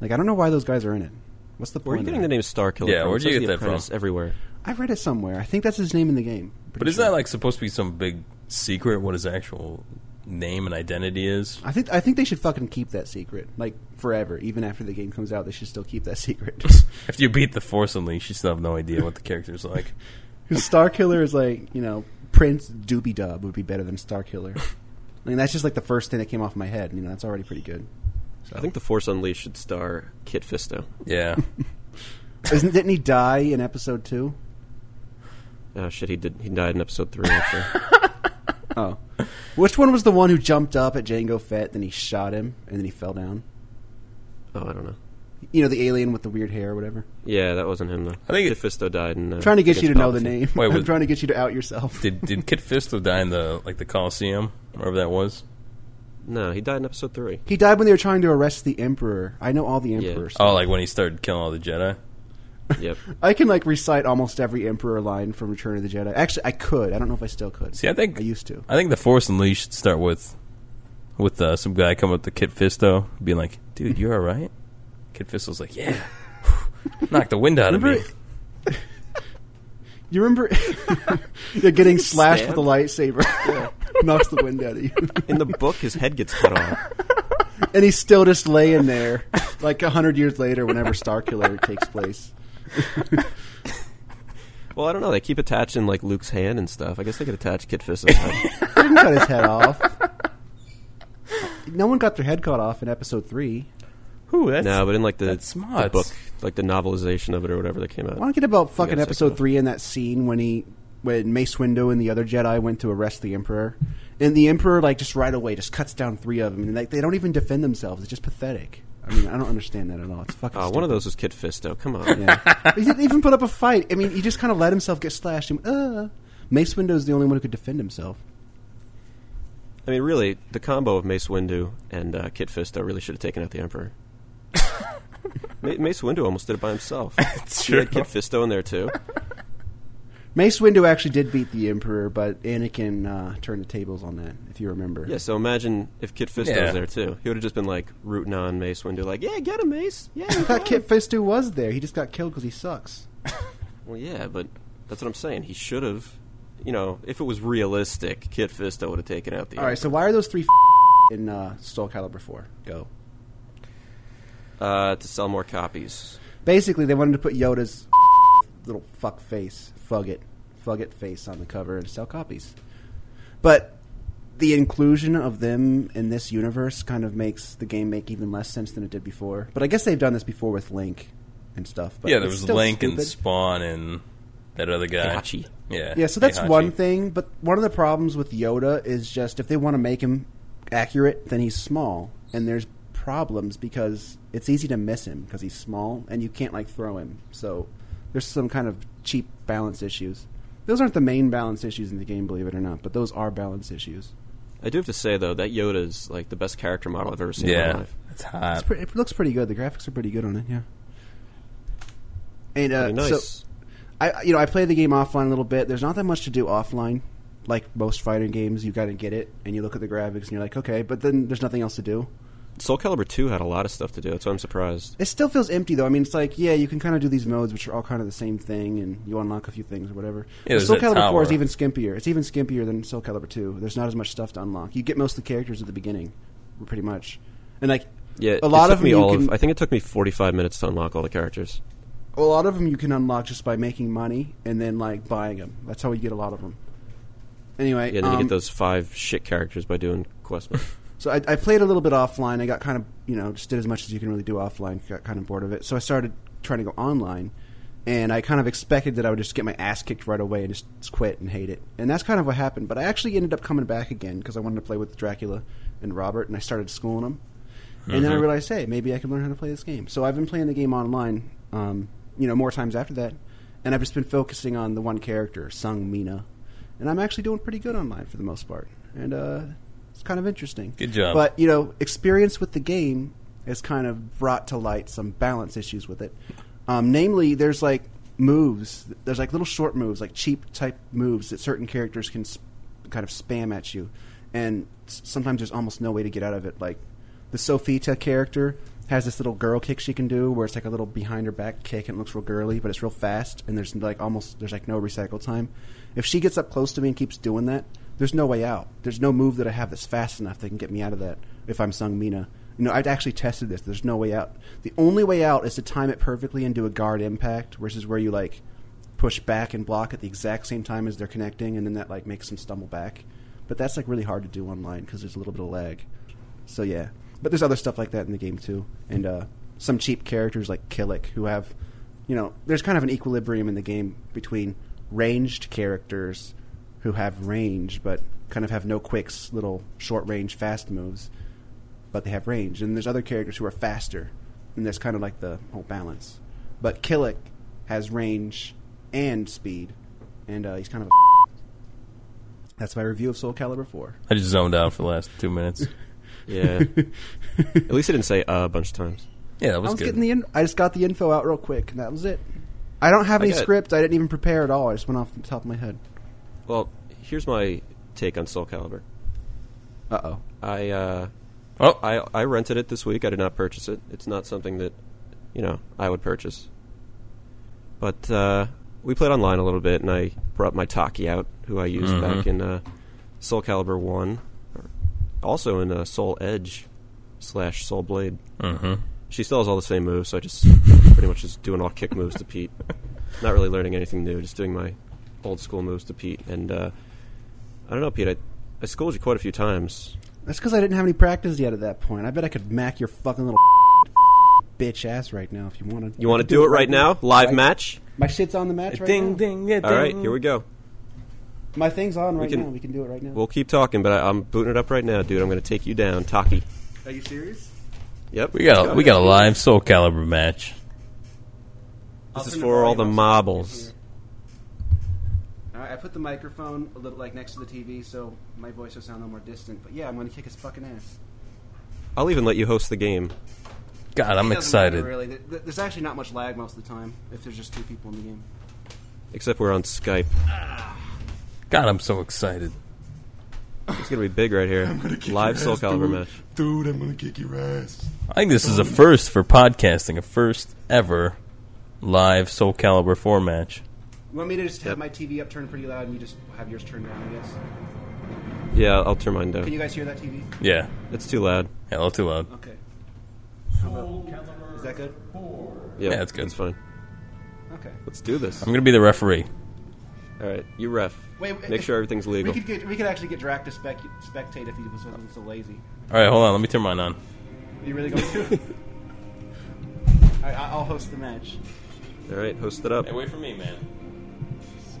D: like I don't know why those guys are in it. What's the point?
C: where are you
D: of
C: getting the
D: that?
C: name Star Killer?
E: Yeah,
C: from? It
E: where'd you
C: says
E: get
C: The
E: that from?
C: Apprentice Everywhere.
D: I read it somewhere. I think that's his name in the game.
E: But isn't that like supposed to be some big secret? What his actual name and identity is?
D: I think I think they should fucking keep that secret, like forever. Even after the game comes out, they should still keep
C: *laughs*
D: that *laughs* secret.
E: After you beat the Force Unleashed, you still have no idea what the character's like.
D: Star Killer is like you know Prince Doobie Dub would be better than Star
C: *laughs*
D: Killer. I mean that's just like the first thing that came off my head. You know that's already pretty good.
C: I think the Force Unleashed should star Kit Fisto.
E: Yeah,
D: Isn't didn't he die in episode two?
C: Oh shit, he did. He died in episode three. Actually,
D: *laughs* Oh. Which one was the one who jumped up at Django Fett, then he shot him, and then he fell down?
C: oh I don't know.
D: You know, the alien with the weird hair or whatever.
C: Yeah, that wasn't him though. I think Fisto died. In, uh,
D: trying to get
C: against
D: you to know the
C: Palpatine.
D: name. *laughs*
E: Wait,
D: I'm
E: was-
D: trying to get you to out yourself.
E: Did did Kid Fisto die in the like the Coliseum, wherever that was?
C: No, he died in episode
D: *laughs*
C: three.
D: *laughs* He died when they were trying to arrest the Emperor. I know all the Emperors.
E: Oh, like when he started killing all the Jedi.
C: Yep.
D: I can like recite almost every Emperor line from Return of the Jedi. Actually, I could. I don't know if I still could.
E: See, I think
D: I used to.
E: I think the Force Unleashed should start with with uh, some guy coming up to Kid Fisto, being like, "Dude, you're all right." Kid Fisto's like, "Yeah." *laughs* Knocked the wind out of me.
D: Remember- You remember? *laughs* You're getting slashed with a lightsaber. *laughs* Knocks the wind out of you,
C: In the book, his head gets cut off.
D: and he's still just laying there, like a hundred years later, whenever Starkiller takes place.
C: Well, I don't know. They keep attaching like Luke's hand and stuff. I guess they could attach Kid
E: *laughs*
C: Fisto's head.
D: He didn't cut his head off. No one got their head cut off in episode three.
E: Who? That's
C: no, but in like the,
E: that's
C: the
E: smart.
C: book, like the novelization of it or whatever that came out.
D: I want to get about fucking
C: gotta
D: episode
C: check it out.
D: three in that scene when he, when Mace Windu and the other Jedi went to arrest the Emperor, and the Emperor like just right away just cuts down three of them, and like they don't even defend themselves. It's just pathetic. I mean, I don't understand that at all. It's fucking.
C: Oh,
D: stupid.
C: one of those was Kid Fisto. Come on.
D: Yeah. he didn't even put up a fight. I mean, he just kind of let himself get slashed. And, uh, Mace Windu's the only one who could defend himself.
C: I mean, really, the combo of Mace Windu and uh, Kit Fisto really should have taken out the
E: *laughs*
C: Emperor. Ma- Mace Windu almost did it by
E: *laughs*
C: himself. He had Kit Fisto in there too.
D: Mace Windu actually did beat the Emperor, but Anakin uh, turned the tables on that, if you remember.
C: Yeah, so imagine if Kit Fisto
E: Yeah.
C: was there too. He would have just been like rooting on Mace Windu, like, "Yeah, get him, Mace.
E: *laughs*
C: Yeah,
D: I
C: you
D: thought
C: got him."
D: Kit Fistu was there. He just got killed because he sucks.
C: Well, yeah, but that's what I'm saying. He should have. You know, if it was realistic, Kit Fisto would have taken out the.
D: All right, so why are those three in uh, Soul Calibur 4? Go.
C: uh, to sell more copies.
D: Basically, they wanted to put Yoda's little fuck face, fug it, fug it face on the cover and sell copies. But the inclusion of them in this universe kind of makes the game make even less sense than it did before. But I guess they've done this before with Link and stuff. But
E: yeah, there
D: it's
E: was
D: still
E: Link and
D: stupid.
E: Spawn and that other guy.
C: Hachi.
E: Yeah.
D: Yeah, so that's
E: Heihachi.
D: one thing. But one of the problems with Yoda is just if they want to make him accurate, then he's small, and there's problems because it's easy to miss him because he's small, and you can't like throw him. So there's some kind of cheap balance issues. Those aren't the main balance issues in the game, believe it or not, but those are balance issues.
C: I do have to say though that Yoda is like the best character model I've ever seen in my
E: Yeah.
C: life.
E: That's hot.
D: It's pre- it looks pretty good. The graphics are pretty good on it. Yeah. And uh,
C: Pretty nice.
D: so I you know I play the game offline a little bit. There's not that much to do offline, like most fighting games. You got to get it, and you look at the graphics, and you're like, okay. But then there's nothing else to do.
C: Soul Calibur 2 had a lot of stuff to do. That's why I'm surprised.
D: It still feels empty though. I mean, it's like yeah, you can kind of do these modes, which are all kind of the same thing, and you unlock a few things or whatever.
E: Yeah,
D: But
E: there's
D: Soul
E: that
D: Calibur Four is
E: tower.
D: even skimpier. It's even skimpier than Soul Calibur Two. There's not as much stuff to unlock. You get most of the characters at the beginning, pretty much, and like
C: Yeah,
D: a
C: it
D: lot
C: took
D: of
C: me
D: them you
C: all
D: can,
C: of. I think it took me 45 minutes to unlock all the characters.
D: a lot of them you can unlock just by making money and then like buying them. That's how you get a lot of them. Anyway,
C: Yeah, and then you
D: um,
C: get those five shit characters by doing quest
D: *laughs*
C: mode.
D: So I, I played a little bit offline. I got kind of you know just did as much as you can really do offline. Got kind of bored of it, so I started trying to go online. And I kind of expected that I would just get my ass kicked right away and just quit and hate it. And that's kind of what happened. But I actually ended up coming back again because I wanted to play with Dracula and Robert, and I started schooling them. And then I realized, hey, maybe I can learn how to play this game. So I've been playing the game online, um, you know, more times after that. And I've just been focusing on the one character, Sung Mina. And I'm actually doing pretty good online for the most part. And uh, it's kind of interesting.
E: Good job.
D: But, you know, experience with the game has kind of brought to light some balance issues with it. Um, namely, there's like moves, there's like little short moves, like cheap type moves that certain characters can sp- kind of spam at you. And s- sometimes there's almost no way to get out of it. Like, the Sofita character has this little girl kick she can do where it's like a little behind her back kick and it looks real girly, but it's real fast and there's like almost there's like no recycle time. If she gets up close to me and keeps doing that, there's no way out. There's no move that I have that's fast enough that can get me out of that if I'm Sung Mina. You know, I've actually tested this. There's no way out. The only way out is to time it perfectly and do a guard impact, versus where you like push back and block at the exact same time as they're connecting, and then that like makes them stumble back. But that's like really hard to do online because there's a little bit of lag. So yeah, but there's other stuff like that in the game too, and uh, some cheap characters like Killick who have, you know, there's kind of an equilibrium in the game between ranged characters who have range but kind of have no quicks, little short range, fast moves, but they have range, and there's other characters who are faster and that's kind of like the whole balance. But Killick has range and speed, and uh, he's kind of a. *laughs* That's my review of Soul Calibur Four.
E: I just zoned out for the last
D: *laughs*
E: two minutes.
C: Yeah. At least I didn't say uh, a bunch of times.
E: Yeah, that
D: I was getting the. In- I just got the info out real quick, and that was it. I don't have
C: I
D: any
C: got-
D: script. I didn't even prepare at all. I just went off the top of my head.
C: Well, here's my take on Soul Calibur.
D: Uh oh.
C: I uh,
E: oh,
C: I I rented it this week. I did not purchase it. It's not something that you know I would purchase. But uh, we played online a little bit, and I brought my Taki out, who I used
E: Mhm.
C: back in uh, Soul Calibur One, or also in uh, Soul Edge slash Soul Blade.
E: Mhm.
C: She still has all the same moves, so I just *laughs* pretty much just doing all kick moves to Pete. Not really learning anything new, just doing my old school moves to Pete. And uh, I don't know, Pete. I, I schooled you quite a few times.
D: That's because I didn't have any practice yet at that point. I bet I could mac your fucking little *laughs* bitch ass right now if you wanted.
C: You want to do it right now? Live match?
D: My shit's on the match right
E: Ding
D: now.
E: ding yeah.
C: All right, here we go.
D: My thing's on right
C: can-
D: now. We can do it right now.
C: We'll keep talking, but I, I'm booting it up right now, dude. I'm going to take you down, Taki.
D: Are you serious?
C: Yep.
E: We got a, we got a live Soul Calibur match.
D: I'll
C: This is
D: turn the
C: for all the
D: volume up so you can
C: marbles.
D: hear. All right, I put the microphone a little like next to the TV, so my voice will sound a little more distant. But yeah, I'm gonna kick his fucking ass.
C: I'll even let you host the game.
E: God, I'm
D: It doesn't matter,
E: excited.
D: Really, There- there's actually not much lag most of the time if there's just two people in the game.
C: Except we're on Skype.
E: God, I'm so excited.
C: It's gonna be big right here. Live Soul Calibur match.
J: Dude, I'm gonna kick your ass.
E: I think this is a first for podcasting, a first ever live Soul Calibur four match.
D: You want me to just have my TV up turned pretty loud, and you just have yours turned down? I guess.
C: Yeah, I'll turn mine
D: Can
C: down.
D: you guys hear that TV?
E: Yeah,
C: It's too loud.
E: yeah, a little too loud.
D: Okay. How about- Is that good?
C: Yep,
E: Yeah, it's good.
C: It's fine.
D: Okay.
C: Let's do this.
E: I'm gonna be the referee.
C: All right, you ref.
D: Wait,
C: Make
D: if-
C: sure everything's legal.
D: We could get, we could actually get Drac to spec, spectate if he was, wasn't so lazy.
E: All right, hold on. Let me turn mine on.
C: *laughs*
D: Are you really going to? All right, I- I'll host the match.
C: All right, host it up.
E: wait for me, man.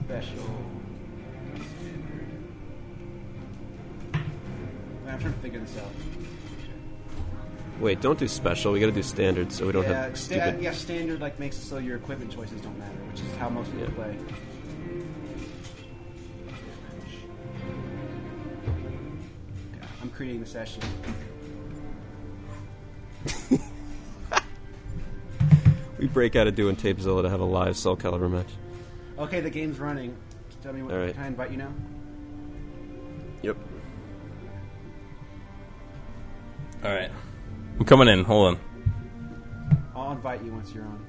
D: Special. Man, I'm trying to figure this out.
C: Wait, don't do special. We got to do standard, so we don't
D: Yeah,
C: have
D: sta-
C: stupid.
D: yeah, standard like makes it so your equipment choices don't matter, which is how most people
C: Yeah.
D: play. God, I'm creating the session.
C: We break out of doing Tapezilla to have a live Soul Calibur match.
D: Okay, the game's running. Tell me what
C: All right.
D: can I invite you now?
C: Yep.
E: All right, I'm coming in. Hold on.
D: I'll invite you once you're on.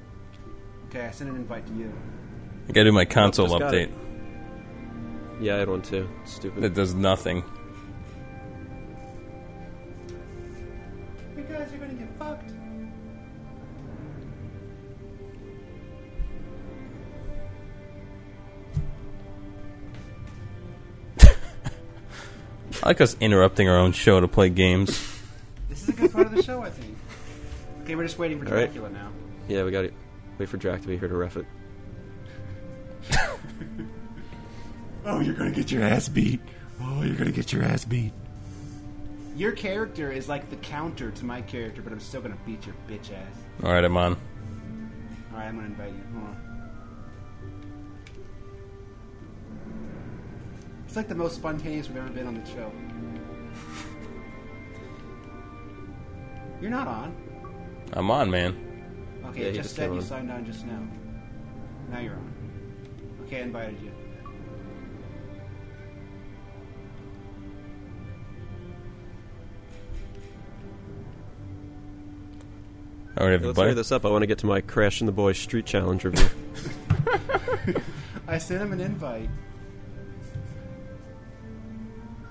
D: Okay, I sent an invite to you.
E: I gotta do
D: Oh,
E: my console
C: just got
E: update.
C: it. Yeah, I had one too. Stupid.
E: That does nothing.
D: You guys are gonna get fucked.
E: I like us interrupting our own show to play games.
D: This is a good part of the show, I think. Okay, we're just waiting for
C: All right.
D: Dracula now.
C: Yeah, we got to wait for Drac to be here to ref it.
J: Oh, you're gonna get your ass beat. Oh, you're gonna get your ass beat.
D: Your character is like the counter to my character, but I'm still gonna beat your bitch ass.
E: All right, I'm on.
D: All right, I'm gonna invite you. Hold on. It's like the most spontaneous we've ever been on the show. You're not on.
E: I'm on, man.
D: Okay,
C: Yeah,
D: it
C: he
D: just
C: just
D: said
C: came
D: you
C: on.
D: signed on just now. Now you're on. Okay, I invited you.
E: All right,
C: Let's
E: everybody.
C: hurry this up. I want to get to my Crash and the Boys Street Challenge
E: *laughs*
C: review.
D: I sent him an invite.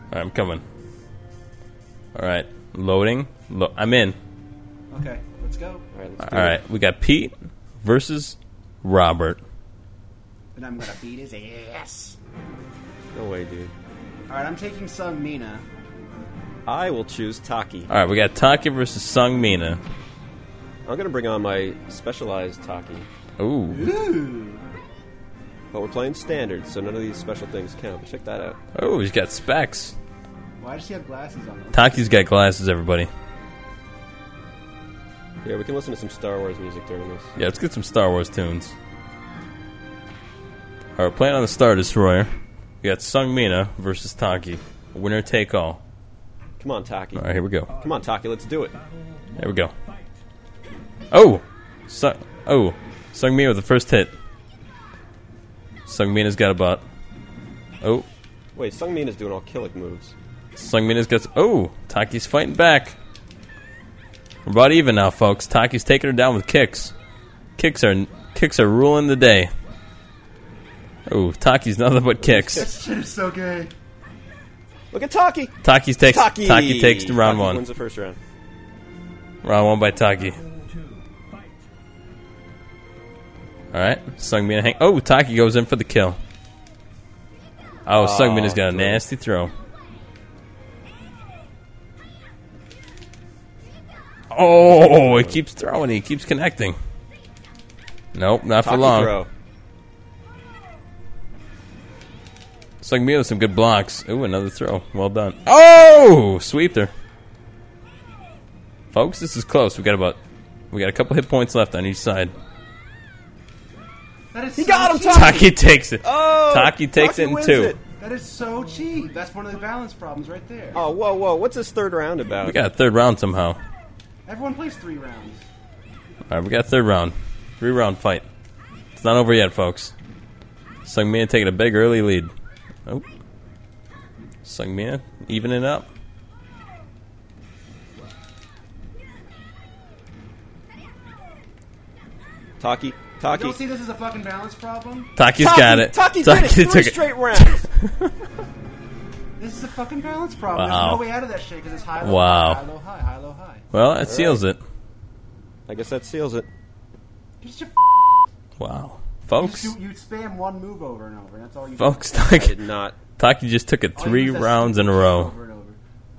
E: All right, I'm coming. All right, loading. Lo- I'm in.
D: Okay, let's go.
C: All right, let's do
E: All right, we got Pete versus Robert.
D: And I'm gonna beat his ass.
C: it. No way, dude.
D: All right, I'm taking some Mina.
C: I will choose Taki.
E: All right, we got Taki versus Sung Mina.
C: I'm gonna bring on my specialized Taki,
E: Ooh,
D: Ooh.
C: but we're playing standard, so none of these special things count. But check that out.
E: oh, he's got specs.
D: Why does she have glasses on?
E: Taki's got glasses. Everybody.
C: Yeah, we can listen to some Star Wars music during this.
E: Yeah, let's get some Star Wars tunes. All right, playing on the Star Destroyer. We got Sung Mina versus Taki. Winner take all.
C: Come on, Taki.
E: All right, here we go.
C: Come on, Taki, let's do it.
E: There we go. Oh, Sung. Oh, Sung Mina with the first hit. Sung Mina's got about. Oh,
C: Wait, Sung Min is doing all Killick moves.
E: Sung Mina's got. Oh, Taki's fighting back. We're about even now, folks. Taki's taking her down with kicks. Kicks are kicks are ruling the day. Oh, Taki's *laughs* nothing but kicks.
K: She's so gay.
C: Look at Taki.
E: Taki's takes
C: Taki.
E: Taki takes the round
C: Taki
E: one.
C: Wins the first round.
E: Round one by Taki. Alright, Sungmin hang. Oh, Taki goes in for the kill. Oh,
C: Aw,
E: Sungmin has got a
C: throw.
E: nasty throw. Oh, he keeps throwing. He keeps connecting. Nope, not for
C: Taki
E: long.
C: throw.
E: Sungmin with some good blocks. Ooh, another throw. Well done. Oh, sweep there. Folks, this is close. We got about, we got a couple hit points left on each side.
D: That is
C: He
D: so
C: got him,
D: cheap.
E: Taki takes it.
C: Oh,
E: Taki takes it in
C: wins
E: two.
C: It.
D: That is so cheap. That's one of the balance problems right there.
C: Oh, whoa, whoa! What's this third round about?
E: We got a third round somehow.
D: Everyone plays three rounds.
E: All right, we got a third round, three round fight. It's not over yet, folks. Sungmin taking a big early lead. Oh, Sungmin evening up.
C: Taki.
D: You
C: Taki.
D: don't see this as a fucking balance problem?
E: Taki's
C: Taki-
E: got it.
C: Taki, did it. Three
E: took it.
C: straight rounds.
D: This is a fucking balance problem.
E: Wow.
D: There's no way out of that shit because it's high, low,
E: Wow.
D: high, high, low, high, high, low, high.
E: Well, that seals it.
C: I guess that seals it.
D: Just your
E: Wow,
D: You
E: folks.
D: just do, you spam one move over and over. That's all you.
E: Folks, *laughs*
D: do.
C: I
E: Taki,
C: did not.
E: Taki just took it
D: All
C: Oh,
D: you
E: three
D: do is that
E: rounds in a
D: stupid shit
E: row.
D: Over and over.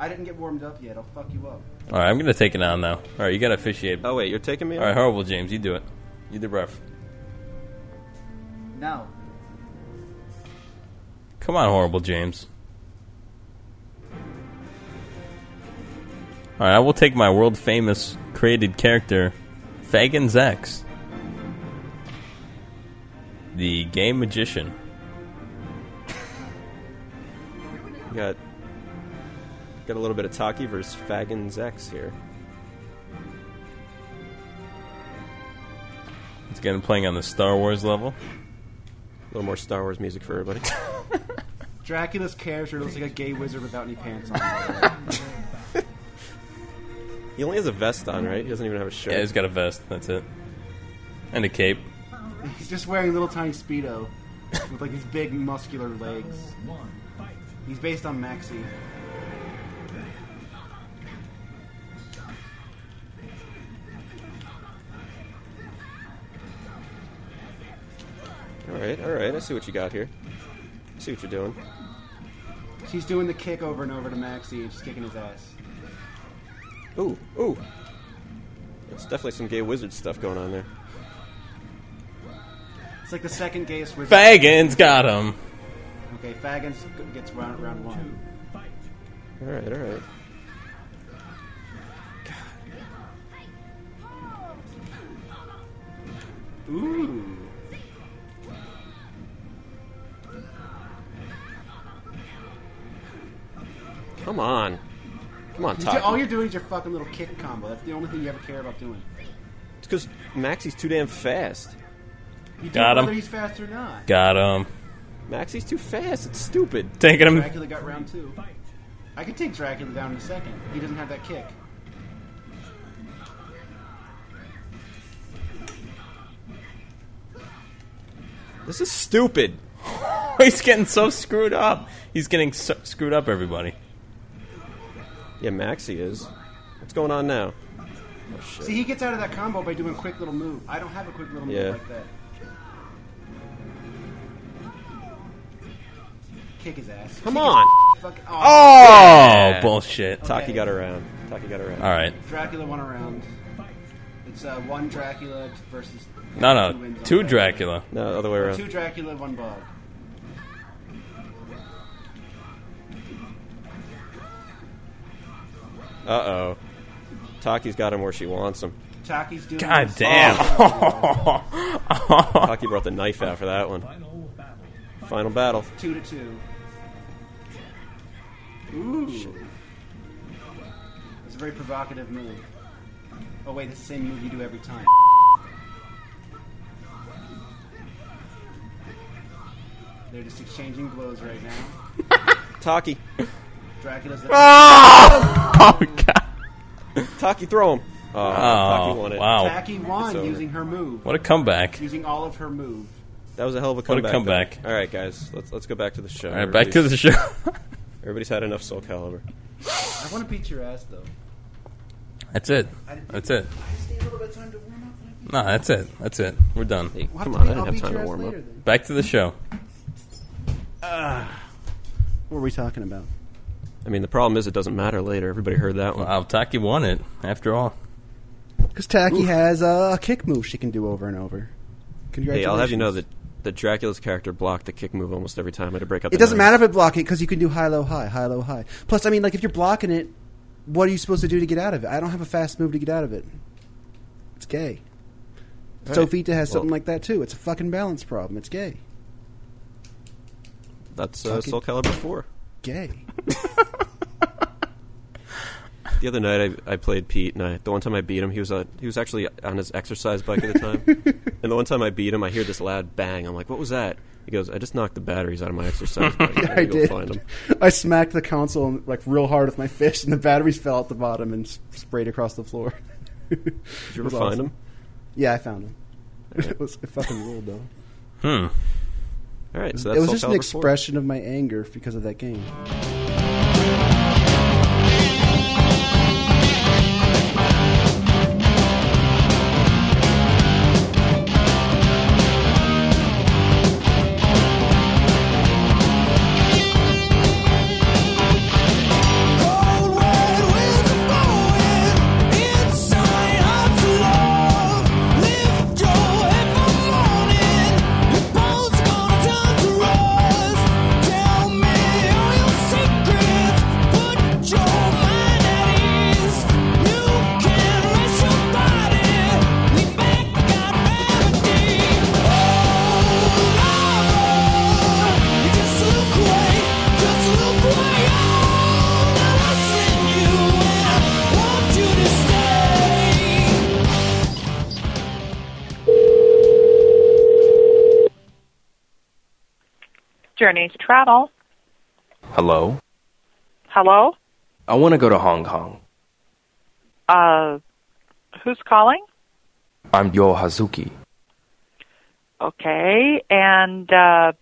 D: I didn't get warmed up yet. I'll fuck you up.
E: All right, I'm gonna take it on now. All right, you gotta officiate. All
C: Oh wait, you're taking me.
E: right, horrible James, you do it. You the ref.
D: No.
E: Come on, horrible James. All right, I will take my world famous created character, Fagin Zax, the game magician.
C: You got got a little bit of Taki versus Fagin's X here.
E: It's again playing on the Star Wars level.
C: A little more Star Wars music for everybody. *laughs*
D: Dracula's character looks like a gay wizard without any pants on. *laughs*
C: he only has a vest on, right? He doesn't even have a shirt.
E: Yeah, he's got a vest. That's it, and a cape.
D: He's just wearing little tiny speedo with like these big muscular legs. He's based on Maxi.
C: all right, all right. I see what you got here. I see what you're doing.
D: She's doing the kick over and over to Maxi and she's kicking his ass.
C: Ooh, ooh. It's definitely some gay wizard stuff going on there.
D: It's like the second gayest wizard.
E: Fagin's got him.
D: Okay, Fagans g- gets round round one.
C: All right, all right.
D: Ooh.
C: Come on, come on,
D: You ju- all
C: Taki.
D: you're doing is your fucking little kick combo. That's the only thing you ever care about doing.
C: It's because Maxi's too damn fast.
D: You do
E: Got him.
D: whether he's fast or not.
E: Got him.
C: Maxi's too fast. It's stupid.
E: Taking him.
D: Dracula got round two. I could take Dracula down in a second. He doesn't have that kick.
C: This is stupid.
E: *laughs* He's getting so screwed up. He's getting so screwed up, everybody.
C: Yeah, Maxi is. What's going on now?
D: See, he gets out of that combo by doing a quick little move. I don't have a quick little move
C: Yeah.
D: like that. Kick his ass.
C: Come
D: Kick
C: on.
D: his Fuck. Oh,
E: Oh, bullshit.
C: Taki got around. Taki got around.
E: All right.
D: Dracula won a round. It's uh, one Dracula versus
E: No,
D: Two
E: no.
D: wins on
E: Two
D: that.
E: Dracula.
C: No, other way
D: two
C: around.
D: Dracula, one Bog.
E: *laughs*
C: Uh oh. Taki's got him where she wants him.
L: Taki's doing.
E: God
L: this.
E: damn.
C: Taki brought the knife out for that one. Final battle.
L: Two to two. Ooh. It's a very provocative move. Oh wait, it's the same move you do every time. They're just exchanging blows right now.
C: Taki.
L: Dracula's.
E: Ah!
C: Oh! Oh, God. Taki, throw him. Oh, Taki won it.
E: wow.
L: Taki
C: It's
L: won
C: over.
L: using her move.
E: What a comeback.
L: Using all of her move.
C: That was a hell of a
E: What a
C: comeback. though.
E: comeback.
C: All right, guys, let's let's go back to the show.
E: All right, back to the show. *laughs*
C: everybody's had enough Soul Calibur.
L: I want to beat your ass though.
E: That's it. That's it. No, that's it. That's it. We're done.
L: What come the- on, I didn't I'll have beat time your to ass warm later, up. then.
E: Back to the show.
L: What were we talking about?
C: I mean, the problem is it doesn't matter later. Everybody heard that one.
E: Wow, Taki won it after all.
D: Because Taki has a kick move she can do over and over. Congratulations.
C: Hey, I'll have you know that that Dracula's character blocked the kick move almost every time. I had to break up.
D: It
C: the
D: doesn't
C: nine.
D: matter if it block it because you can do high, low, high, high, low, high. Plus, I mean, like if you're blocking it, what are you supposed to do to get out of it? I don't have a fast move to get out of it. It's gay.
C: Right.
D: Sofita has
C: Well-
D: something like that too. It's a fucking balance problem. It's gay.
C: That's uh,
D: Taki-
C: Soul Calibur four.
D: Gay.
C: The other night I, I played Pete, and I, the one time I beat him, he was uh, he was actually on his exercise bike at the
D: *laughs*
C: time. and the one time I beat him, I hear this loud bang. I'm like, "What was that?" He goes, "I just knocked the batteries out of my exercise
D: *laughs*
C: bike.
D: Yeah,
C: I
D: I
C: need to go
D: did.
C: find 'em."
D: I smacked the console like real hard with my fist, and the batteries fell out the bottom and s- sprayed across the floor. *laughs* Did
C: you ever find them?
D: Yeah, I found them.
C: Alright.
D: *laughs* it was it fucking ruled though.
E: Hmm.
C: All right, so
D: it
C: that's
D: was
C: Soul
D: just an
C: Calibur four.
D: expression of my anger because of that game.
M: Journey to travel.
B: Hello?
M: Hello?
B: I want to go to Hong Kong.
M: Uh, who's calling?
B: I'm Yo Hazuki.
M: Okay, and uh,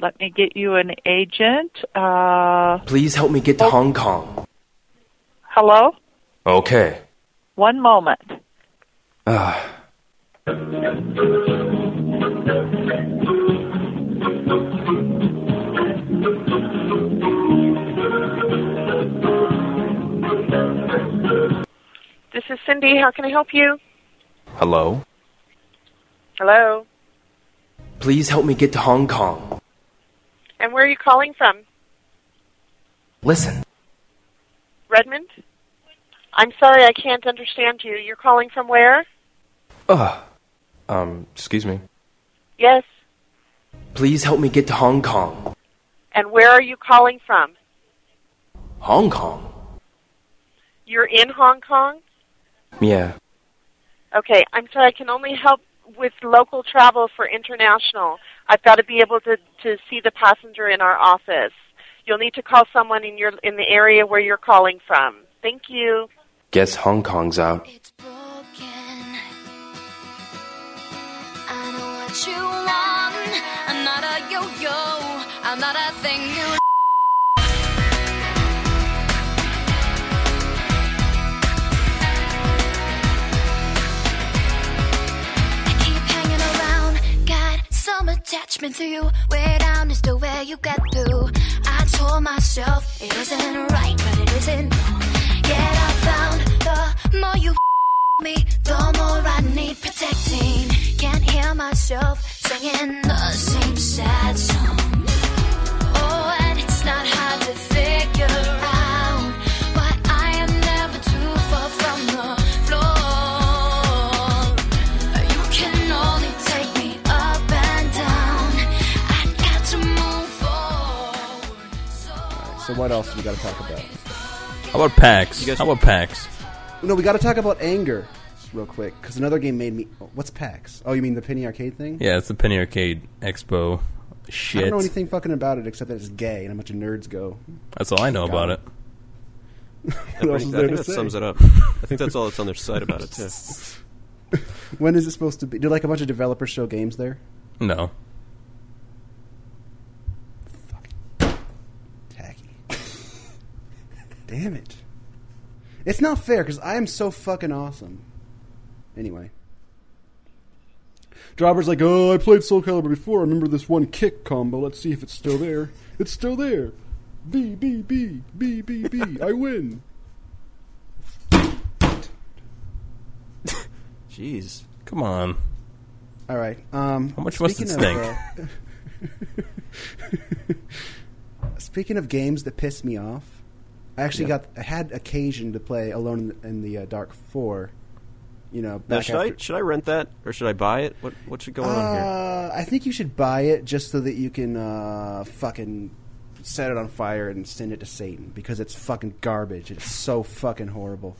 M: let me get you an agent. Uh,
B: Please help me get to Hong Kong.
M: hello?
B: Okay.
M: One moment.
B: Ah.
N: This is Cindy. How can I help you?
B: hello?
N: Hello.
B: Please help me get to Hong Kong.
N: And where are you calling from?
B: Listen,
N: Redmond? I'm sorry, I can't understand you. You're calling from where?
B: Ugh. Um, excuse me.
N: Yes.
B: Please help me get to Hong Kong.
N: And where are you calling from?
B: Hong Kong?
N: You're in Hong Kong?
B: Yeah.
N: Okay, I'm sorry, I can only help with local travel for international. I've got to be able to, to see the passenger in our office. You'll need to call someone in your in the area where you're calling from. Thank you.
B: Guess Hong Kong's out.
O: I know what you want. I'm not a yo-yo. I'm not a thing you. I keep hanging around. Got some attachment to you. Way down is the way you get through. I told myself it isn't right, but it isn't wrong. Yet I found the more you me, the more I need protecting. Can't hear myself singing the same sad song. Oh, and it's not hard to figure out why I am never too far from the floor.
D: So what else we got to talk about?
E: How about PAX? How about PAX?
D: No, we got to talk about anger real quick because another game made me. oh, What's PAX? Oh, you mean the Penny Arcade thing?
E: Yeah, it's the Penny Arcade Expo.
D: I don't
E: Shit.
D: know anything fucking about it except that it's gay and a bunch of nerds
C: *laughs*
D: go.
E: That's all I know about it.
D: What
C: I
D: else is
C: think, I
D: there
C: think *laughs*
D: to
C: that
D: say?
C: sums it up. I think that's all that's on their site about it
D: *laughs*
C: too.
D: When is it supposed to be? Do like a bunch of developers show games there?
E: No.
D: Damn it! It's not fair because I am so fucking awesome. Anyway, Dropper's like, oh, I played Soul Calibur before. I remember this one kick combo. Let's see if it's still there. It's still there. B B B B B B. I win.
C: Jeez.
E: Come on.
D: All right. Um,
E: How much must it
D: speaking of,
E: *laughs*
D: uh, speaking of games that piss me off, I actually
C: Yeah.
D: got I had occasion to play Alone in the, in the uh, Dark Four. You know,
C: Now,
D: back
C: should
D: after,
C: I should I rent that or should I buy it? What what should go on here?
D: uh, I think you should buy it just so that you can uh, fucking set it on fire and send it to Satan because it's fucking garbage. It's so fucking horrible.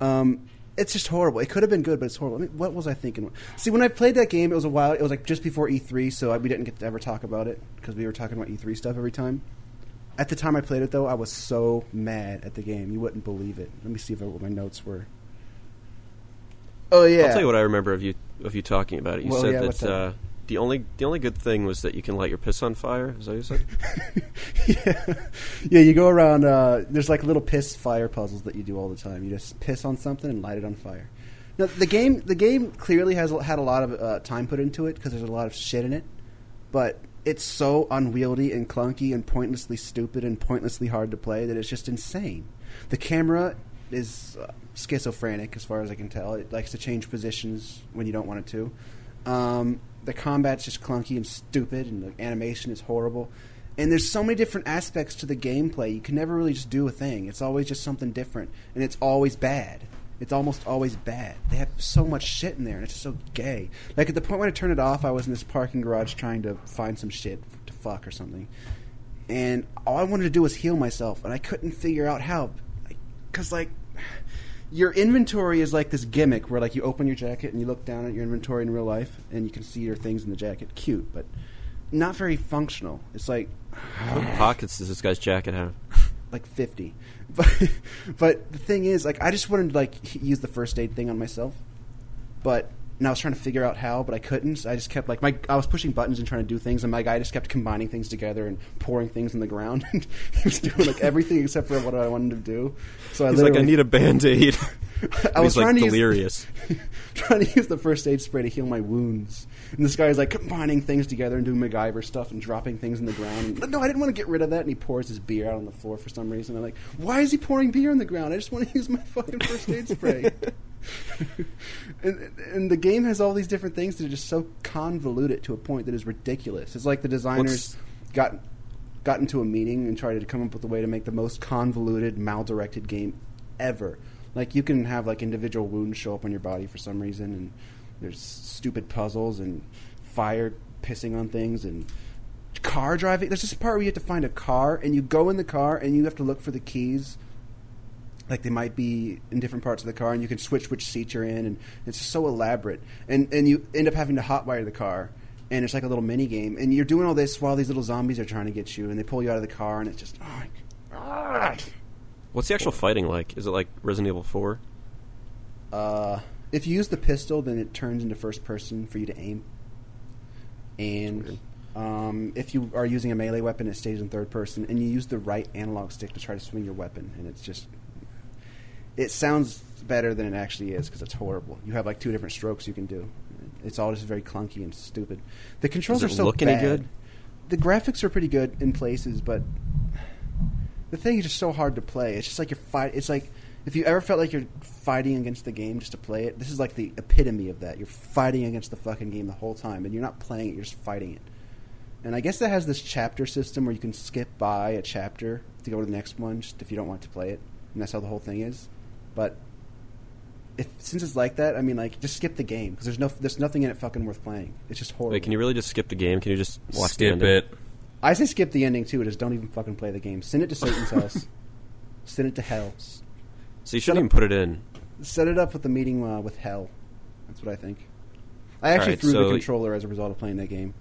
D: Um, it's just horrible. It could have been good, but it's horrible. I mean, what was I thinking? See, when I played that game, it was a while. It was like just before E3, so I, we didn't get to ever talk about it because we were talking about E3 stuff every time. At the time I played it, though, I was so mad at the game. You wouldn't believe it. Let me see if I, what my notes were. Oh yeah.
C: I'll tell you what I remember of you of you talking about it. You
D: Well,
C: said
D: yeah, what's
C: that
D: that?
C: uh, the only the only good thing was that you can light your piss on fire. Is that what you said?
D: *laughs* Yeah, you go around. Uh, there's like little piss fire puzzles that you do all the time. You just piss on something and light it on fire. Now the game, the game clearly has had a lot of uh, time put into it because there's a lot of shit in it. But it's so unwieldy and clunky and pointlessly stupid and pointlessly hard to play that it's just insane. The camera is uh, schizophrenic as far as I can tell. It likes to change positions when you don't want it to. Um, the combat's just clunky and stupid, and the animation is horrible. And there's so many different aspects to the gameplay. You can never really just do a thing. It's always just something different, and it's always bad. It's almost always bad. They have so much shit in there, and it's just so gay. Like at the point when I turned it off, I was in this parking garage trying to find some shit to fuck or something, and all I wanted to do was heal myself, and I couldn't figure out how, because like your inventory is like this gimmick where like you open your jacket and you look down at your inventory in real life and you can see your things in the jacket. Cute, but not very functional. It's like
C: How many pockets does this guy's jacket
D: *laughs*
C: have?
D: like 50 *laughs* but but the thing is like i just wanted to like h- use the first aid thing on myself but and i was trying to figure out how but i couldn't so i just kept like my i was pushing buttons and trying to do things and my guy just kept combining things together and pouring things in the ground *laughs* and he was doing like everything except for what i wanted to do so i
C: He's like, I
D: literally-
C: need a Band-Aid.
D: *laughs* i was
C: He's, like,
D: trying to use-
C: delirious.
D: *laughs* trying to use the first aid spray to heal my wounds. And this guy's like combining things together and doing MacGyver stuff and dropping things in the ground. And, no, I didn't want to get rid of that. And he pours his beer out on the floor for some reason. I'm like, why is he pouring beer on the ground? I just want to *laughs* use my fucking first aid spray. and, and the game has all these different things that are just so convoluted to a point that is ridiculous. It's like the designers got got into a meeting and tried to come up with a way to make the most convoluted, mal-directed game ever. Like you can have like individual wounds show up on your body for some reason, and there's stupid puzzles and fire pissing on things and car driving. There's this part where you have to find a car, and you go in the car and you have to look for the keys like they might be in different parts of the car, and you can switch which seat you're in, and it's so elaborate. And and you end up having to hotwire the car, and it's like a little mini game, and you're doing all this while these little zombies are trying to get you, and they pull you out of the car, and it's just oh, my-
C: What's the actual fighting like? Is it like Resident Evil Four?
D: uh, if you use the pistol, then it turns into first person for you to aim, and. Um, if you are using a melee weapon, it stays in third person, and you use the right analog stick to try to swing your weapon, and it's just it sounds better than it actually is because it's horrible. You have like two different strokes you can do. It's all just very clunky and stupid. The controls
C: Does it
D: are so
C: look
D: bad.
C: any good?
D: The graphics are pretty good in places, but the thing is just so hard to play. It's just like you're fight. It's like if you ever felt like you're fighting against the game just to play it, this is like the epitome of that. You're fighting against the fucking game the whole time, and you're not playing it. You're just fighting it. And I guess that has this chapter system where you can skip by a chapter to go to the next one just if you don't want to play it. And that's how the whole thing is. But if since it's like that, I mean, like just skip the game because there's no there's nothing in it fucking worth playing. It's just horrible.
C: Wait, can you really just skip the game? Can you just watch the
E: Skip
C: ending?
E: it.
D: I say skip the ending too. Just don't even fucking play the game. Send it to Satan's house. Send it to hell.
C: So you shouldn't even put it in.
D: Set it up with the meeting uh, with hell. That's what I think. I
C: All
D: actually
C: right,
D: threw
C: so-
D: the controller as a result of playing that game.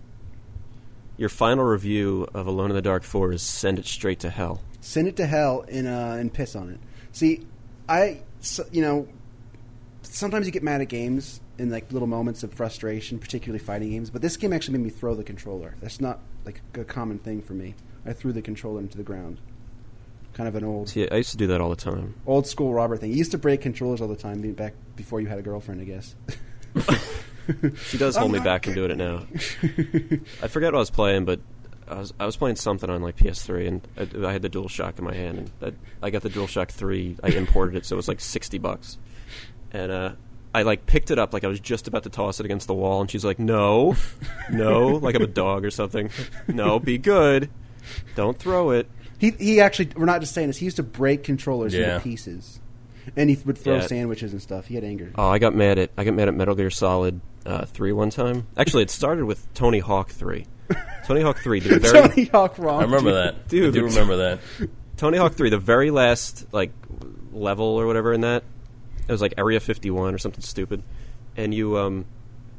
C: Your final review of Alone in the Dark 4 is send it straight to hell.
D: Send it to hell and uh, and piss on it. See, I so, you know sometimes you get mad at games in like little moments of frustration, particularly fighting games. But this game actually made me throw the controller. That's not like a common thing for me. I threw the controller into the ground. Kind of an old
C: See, I used to do that all the time.
D: old school Robert thing. You used to break controllers all the time be- back before you had a girlfriend, I guess.
C: *laughs* She
D: *laughs*
C: does hold me back and doing it now. I forget what I was playing, but I was I was playing something on like PS3, and I, I had the DualShock in my hand, and that, I got the DualShock Three. I imported it, so it was like sixty bucks, and uh, I like picked it up like I was just about to toss it against the wall, and she's like, "No, no," like I'm a dog or something. No, be good. Don't throw it.
D: He he actually we're not just saying this. He used to break controllers
C: Yeah.
D: into pieces, and he would throw
C: Yeah.
D: sandwiches and stuff. He had anger.
C: Oh, I got mad at I got mad at Metal Gear Solid uh, Three one time. Actually, it started with Tony Hawk Three. Tony Hawk Three, the very
D: *laughs* Tony Hawk wrong.
E: I remember that.
C: dude.
E: I do remember that.
C: Tony Hawk Three, the very last like level or whatever in that, it was like Area Fifty One or something stupid, and you um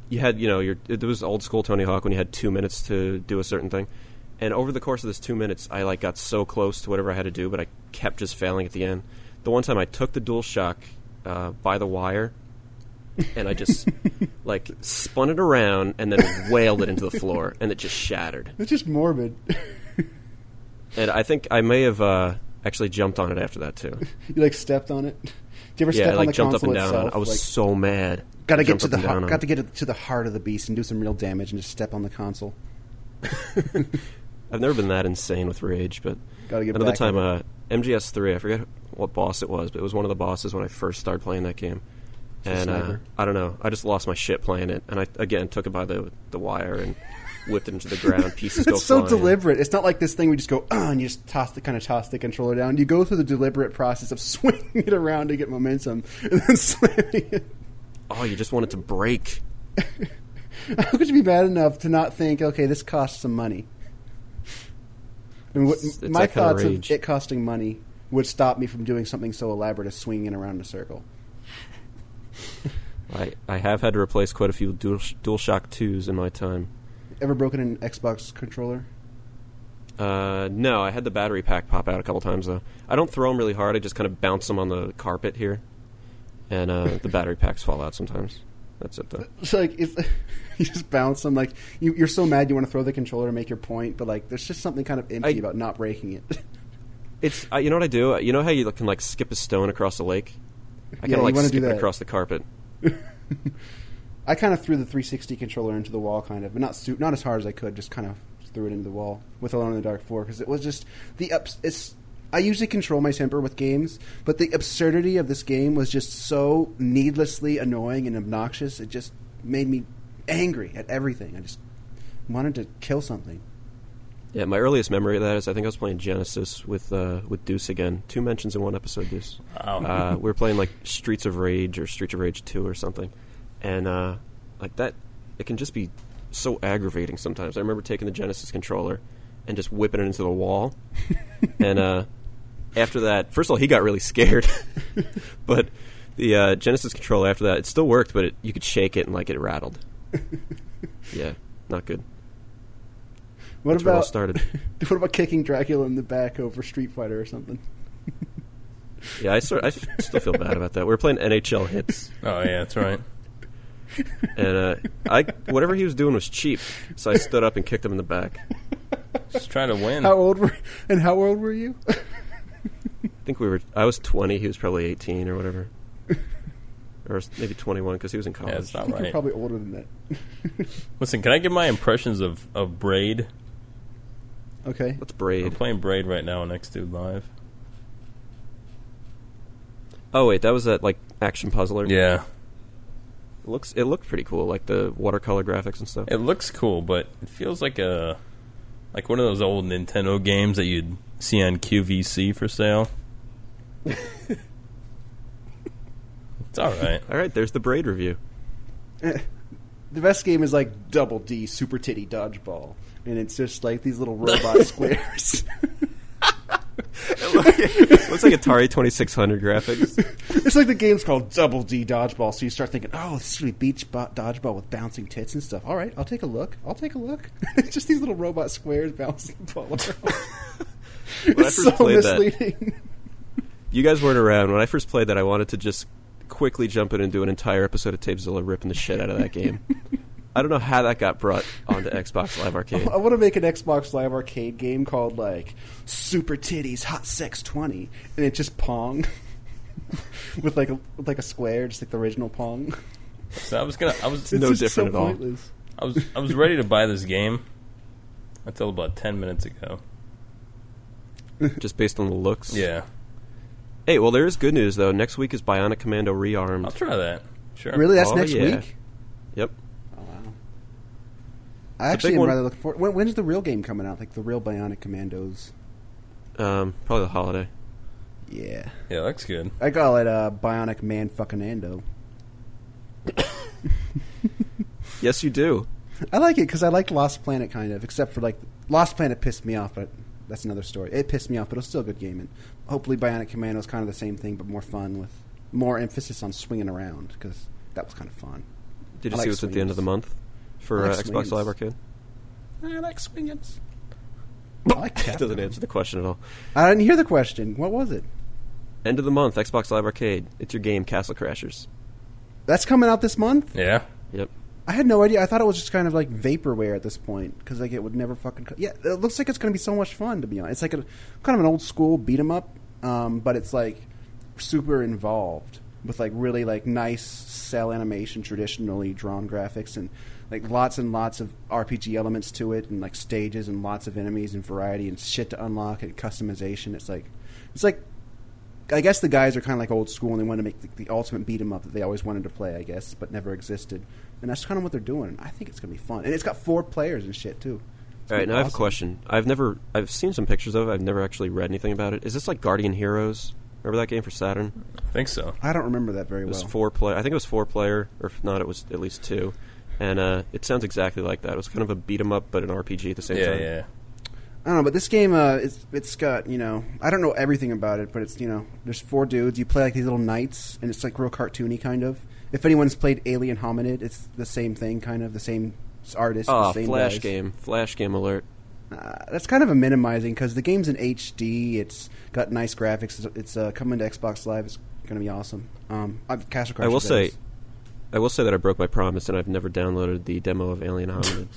C: you had you know your it was old school Tony Hawk when you had two minutes to do a certain thing, and over the course of this two minutes, I like got so close to whatever I had to do, but I kept just failing at the end. The one time I took the Dual Shock uh, by the wire. and I just like spun it around and then wailed it into the floor, and it just shattered.
D: It's just morbid. *laughs*
C: And I think I may have uh, actually jumped on it after that too.
D: you like stepped on it. *laughs* Did you ever
C: yeah,
D: step
C: I,
D: on
C: like
D: the
C: jumped up and
D: console
C: down. on it.
D: itself?
C: I was
D: Like,
C: so mad.
D: got to
C: I
D: get
C: jumped
D: to
C: up
D: the
C: and down
D: heart,
C: on
D: got
C: it.
D: to get to the heart of the beast and do some real damage and just step on the console.
C: I've never been that insane with rage, but
D: Gotta get
C: another
D: back
C: time. Uh, MGS three. I forget what boss it was, but it was one of the bosses when I first started playing that game.
D: a
C: And uh,
D: sniper.
C: I don't know. I just lost my shit playing it, and I again took it by the the wire and whipped it into the
D: *laughs*
C: ground. Pieces go
D: it's so
C: flying.
D: deliberate. It's not like this thing we just go *clears throat* "Ah," and you just toss the kind of toss the controller down. You go through the deliberate process of *laughs* swinging it around to get momentum and then *laughs* slamming it.
C: Oh, you just want it to break.
D: How could you be bad enough to not think, okay, this costs some money? And what,
C: It's- it's
D: my
C: that kinda
D: thoughts of,
C: rage.
D: it costing money would stop me from doing something so elaborate as swinging around in a circle.
C: I I have had to replace quite a few dual DualShock twos in my time.
D: Ever broken an Xbox controller? *laughs*
C: Uh, no, I had the battery pack pop out a couple times though. I don't throw them really hard. I just kind of bounce them on the carpet here, and uh, the battery packs fall out sometimes. That's it though.
D: It's like it's, *laughs* you just bounce them. Like you, you're so mad you want to throw the controller to make your point, but like there's just something kind of empty about not breaking it. *laughs*
C: It's uh, you know what I do. You know how you can like skip a stone across the lake. I kind
D: Yeah,
C: of
D: you
C: like
D: wanna do
C: skip it
D: that.
C: across the carpet.
D: I kind of threw the 360 controller into the wall, kind of, but not su- not as hard as I could. Just kind of threw it into the wall with Alone in the Dark Four because it was just the ups. It's I usually control my temper with games, but the absurdity of this game was just so needlessly annoying and obnoxious. It just made me angry at everything. I just wanted to kill something.
C: Yeah, my earliest memory of that is I think I was playing Genesis with uh, with Deuce again. Two mentions in one episode, Deuce.
E: Wow.
C: Uh, we were playing like Streets of Rage or Streets of Rage Two or something, and uh, like that, it can just be so aggravating sometimes. I remember taking the Genesis controller and just whipping it into the wall, and uh, after that, first of all, he got really scared, *laughs* but the uh, Genesis controller after that, it still worked, but it, you could shake it and like it rattled. yeah, not good.
D: What
C: That's where it all
D: about
C: started.
D: *laughs* what about kicking Dracula in the back over Street Fighter or something?
C: Yeah, I sort I f- still feel bad about that. We were playing NHL hits.
E: Oh yeah, that's right.
C: And uh, I whatever he was doing was cheap, so I stood up and kicked him in the back.
E: Just trying to
D: *laughs*
E: win.
D: How old were and how old
C: *laughs*
D: were you?
C: I think we were I was 20, he was probably 18 or whatever. Or s- maybe 21 because he was in college.
E: that's
D: I
E: not
D: think
E: right.
D: You're probably older than that.
E: Listen, can I give my impressions of, of Braid?
D: *laughs* Okay.
C: Let's braid.
E: We're playing Braid right now on X Dude Live.
C: Oh wait, that was that like action puzzler.
E: Yeah.
C: It looks it looked pretty cool, like the watercolor graphics and stuff.
E: It looks cool, but it feels like a like one of those old Nintendo games that you'd see on QVC for *laughs* sale. it's all right. *laughs*
C: All right, there's the braid review.
D: The best game is like Double D Super Titty Dodgeball, and it's just like
C: *laughs*
D: these little robot squares. *laughs*
C: Looks like Atari 2600 graphics.
D: it's like the game's called Double D Dodgeball, so you start thinking, oh, this is going to be beach bo- dodgeball with bouncing tits and stuff. All right, I'll take a look. I'll take a look. *laughs* it's just these little robot squares bouncing the ball around.
C: When I
D: *laughs* it's
C: first
D: so
C: played that-
D: misleading.
C: You guys weren't around when I first played that. I wanted to just quickly jump in and do an entire episode of Tapezilla ripping the shit out of that
D: *laughs*
C: game. I don't know how that got brought onto Xbox Live Arcade.
D: I want to make an Xbox Live Arcade game called like Super Titties Hot Sex Twenty, and it's just Pong *laughs* with like a, with like a square, just like the original Pong.
E: So I was gonna. I was
D: It's No just different so at all. pointless.
E: I was I was ready to buy this game until about ten minutes ago.
C: just based on the looks.
E: Yeah.
C: Hey, well, there is good news though. Next week is Bionic Commando rearmed. I'll
E: try that. Sure.
D: Really? That's
C: Oh,
D: next
C: yeah.
D: week?
C: Yep.
D: I
C: It's a
D: actually
C: big
D: am
C: one.
D: rather looking forward. When, when's the real game coming out? Like the real Bionic Commandos?
C: Um, probably the holiday.
D: Yeah.
E: Yeah, that's good.
D: I call it uh, Bionic Man Fucking Ando.
C: Yes, you do.
D: I like it because I like Lost Planet kind of, except for like Lost Planet pissed me off, but that's another story. It pissed me off, but it was still a good game, and hopefully Bionic Commando is kind of the same thing, but more fun with more emphasis on swinging around because that was kind of fun.
C: Did you
D: I like
C: see what's at the end of the
D: swingers.
C: month for
D: I
C: uh,
D: like
C: Xbox
D: swingers.
C: Live Arcade?
D: I like swingers. I like
C: It doesn't answer the question at all.
D: I didn't hear the question. What was it?
C: End of the month, Xbox Live Arcade. It's your game, Castle Crashers.
D: That's coming out this month.
E: Yeah.
C: Yep.
D: I had no idea. I thought it was just kind of like vaporware at this point because like it would never fucking. Co- yeah, it looks like it's going to be so much fun to be honest. It's like a kind of an old school beat 'em up, um, but it's like super involved with like really like nice cell animation, traditionally drawn graphics, and like lots and lots of RPG elements to it, and like stages and lots of enemies and variety and shit to unlock and customization. It's like it's like I guess the guys are kind of like old school and they want to make the, the ultimate beat 'em up that they always wanted to play, I guess, but never existed. And that's kind of what they're doing. I think it's going to be fun. And it's got four players and shit, too. It's
C: All right, now
D: gonna be
C: I have a
D: awesome.
C: question. I've never, I've seen some pictures of it. I've never actually read anything about it. Is this like Guardian Heroes? Remember that game for Saturn?
E: I think so.
D: I don't remember that very
C: It was
D: well.
C: four player. I think it was four player, or if not, it was at least two. And uh, it sounds exactly like that. It was kind of a beat 'em up, but an RPG at the same
E: Yeah,
C: time.
E: yeah.
D: I don't know, but this game, uh, it's, it's got, you know, I don't know everything about it, but it's, you know, there's four dudes. You play like these little knights, and it's like real cartoony, kind of. If anyone's played Alien Hominid, it's the same thing, kind of, the same artist.
C: Ah,
D: the same
C: flash
D: guys.
C: game, flash game alert.
D: Uh, that's kind of a minimizing because the game's in HD. It's got nice graphics. It's, it's uh, coming to Xbox Live. It's going to be awesome. Um, I've Castle Crashers.
C: I will
D: that
C: say,
D: is.
C: I will say that I broke my promise, and I've never downloaded the demo of Alien Hominid.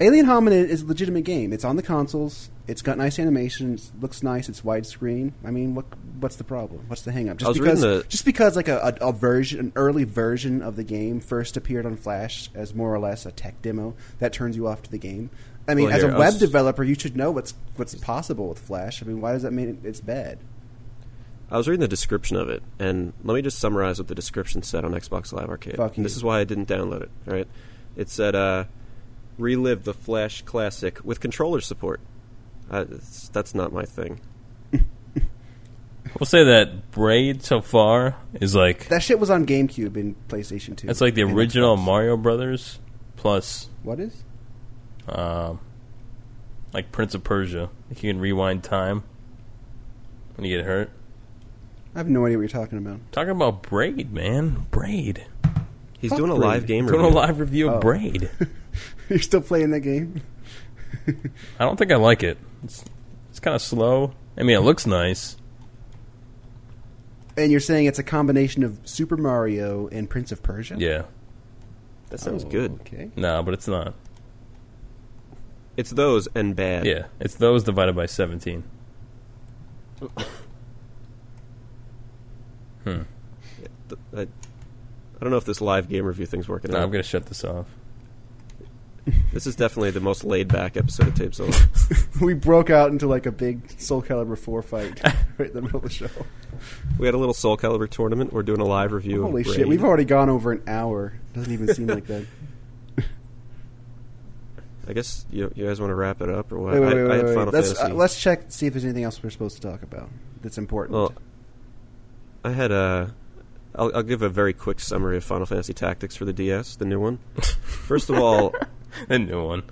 D: Alien Hominid is a legitimate game. It's on the consoles. It's got nice animations. Looks nice. It's widescreen. I mean, what what's the problem? What's the hang up? Just
C: was reading
D: because
C: the-
D: just because like a, a, a version, an early version of the game first appeared on Flash as more or less a tech demo, that turns you off to the game. I mean,
C: Well,
D: as a
C: here, I
D: web
C: was-
D: developer, you should know what's what's possible with Flash. I mean, why does that mean it's bad?
C: I was reading the description of it, and let me just summarize what the description said on Xbox Live Arcade.
D: Fuck
C: And This
D: you.
C: is why I didn't download it. All right, it said, uh, "Relive the Flash classic with controller support." Uh, it's- that's not my thing.
E: We'll say that Braid so far is like
D: That shit was on GameCube and PlayStation 2.
E: that's like the
D: And
E: original
D: Xbox.
E: Mario Brothers plus
D: What is?
E: um, like Prince of Persia. Like you can rewind time when you get hurt.
D: I have no idea what you're talking about. *laughs*
E: Talking about Braid, man, Braid.
C: He's
D: Fuck
C: doing a
D: Braid.
C: live game.
E: Doing a
C: review.
E: live review of
D: Oh.
E: Braid.
D: you're still playing that game?
E: I don't think I like it. It's it's kind of slow. I mean, it looks nice.
D: And you're saying it's a combination of Super Mario and Prince of Persia?
E: Yeah.
C: That sounds
D: Oh,
C: good.
D: Okay. *laughs*
E: No, but it's not.
C: It's those and bad.
E: Yeah, it's those divided by 17. hmm.
C: Th- I, I don't know if this live game review thing's working.
E: No,
C: out.
E: I'm going to shut this off.
C: This is definitely the most laid back episode of
D: *laughs*
C: Tapezilla.
D: we broke out into like a big Soul Calibur 4
E: *laughs*
D: fight *laughs* right in the middle of the show.
C: we had a little Soul Calibur tournament. We're doing a live review.
D: Holy
C: of Braid.
D: shit, we've already gone over an hour. Doesn't even seem like that.
C: I guess you, you guys want to wrap it up or what?
D: Wait,
C: *laughs*
D: wait,
C: I-
D: wait,
C: I,
D: wait,
C: had
D: wait.
C: Final
D: Let's,
C: Fantasy.
D: uh, let's check, see if there's anything else we're supposed to talk about that's important.
C: Well, I had uh, I'll, I'll give a very quick summary of Final Fantasy Tactics for the DS, the new one. First of all,
E: the new one.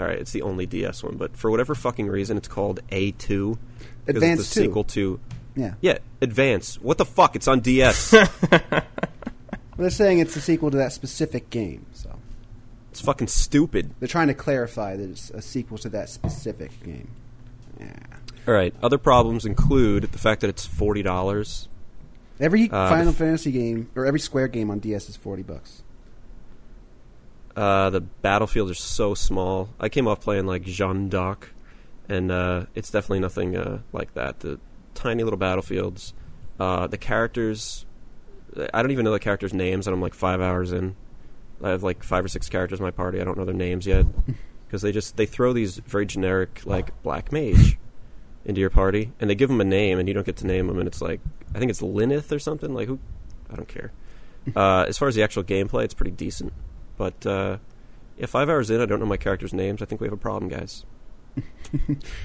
C: All right, it's the only DS one, but for whatever fucking reason, it's called A2. 'cause
D: Advance
C: it's
D: 2.
C: the sequel to.
D: Yeah.
C: Yeah, Advance. What the fuck? It's on DS.
D: But they're saying it's a sequel to that specific game, so
C: it's fucking stupid.
D: They're trying to clarify that it's a sequel to that specific game.
C: All right. Other problems include the fact that it's forty dollars.
D: Every
C: Uh,
D: Final
C: the,
D: Fantasy game or every Square game on DS is forty bucks.
C: f- uh, the battlefields are so small. I came off playing like Jeanne d'Arc, and uh, it's definitely nothing uh, like that. The tiny little battlefields. Uh, the characters. I don't even know the characters' names, and I'm like five hours in. I have like five or six characters in my party. I don't know their names yet because they just they throw these very generic like black mage into your party, and they give them a name, and you don't get to name them, and it's like I think it's Lineth or something. Like who? I don't care. Uh, as far as the actual gameplay, it's pretty decent, but uh, yeah, five hours in, I don't know my characters' names. I think we have a problem, guys.
D: *laughs*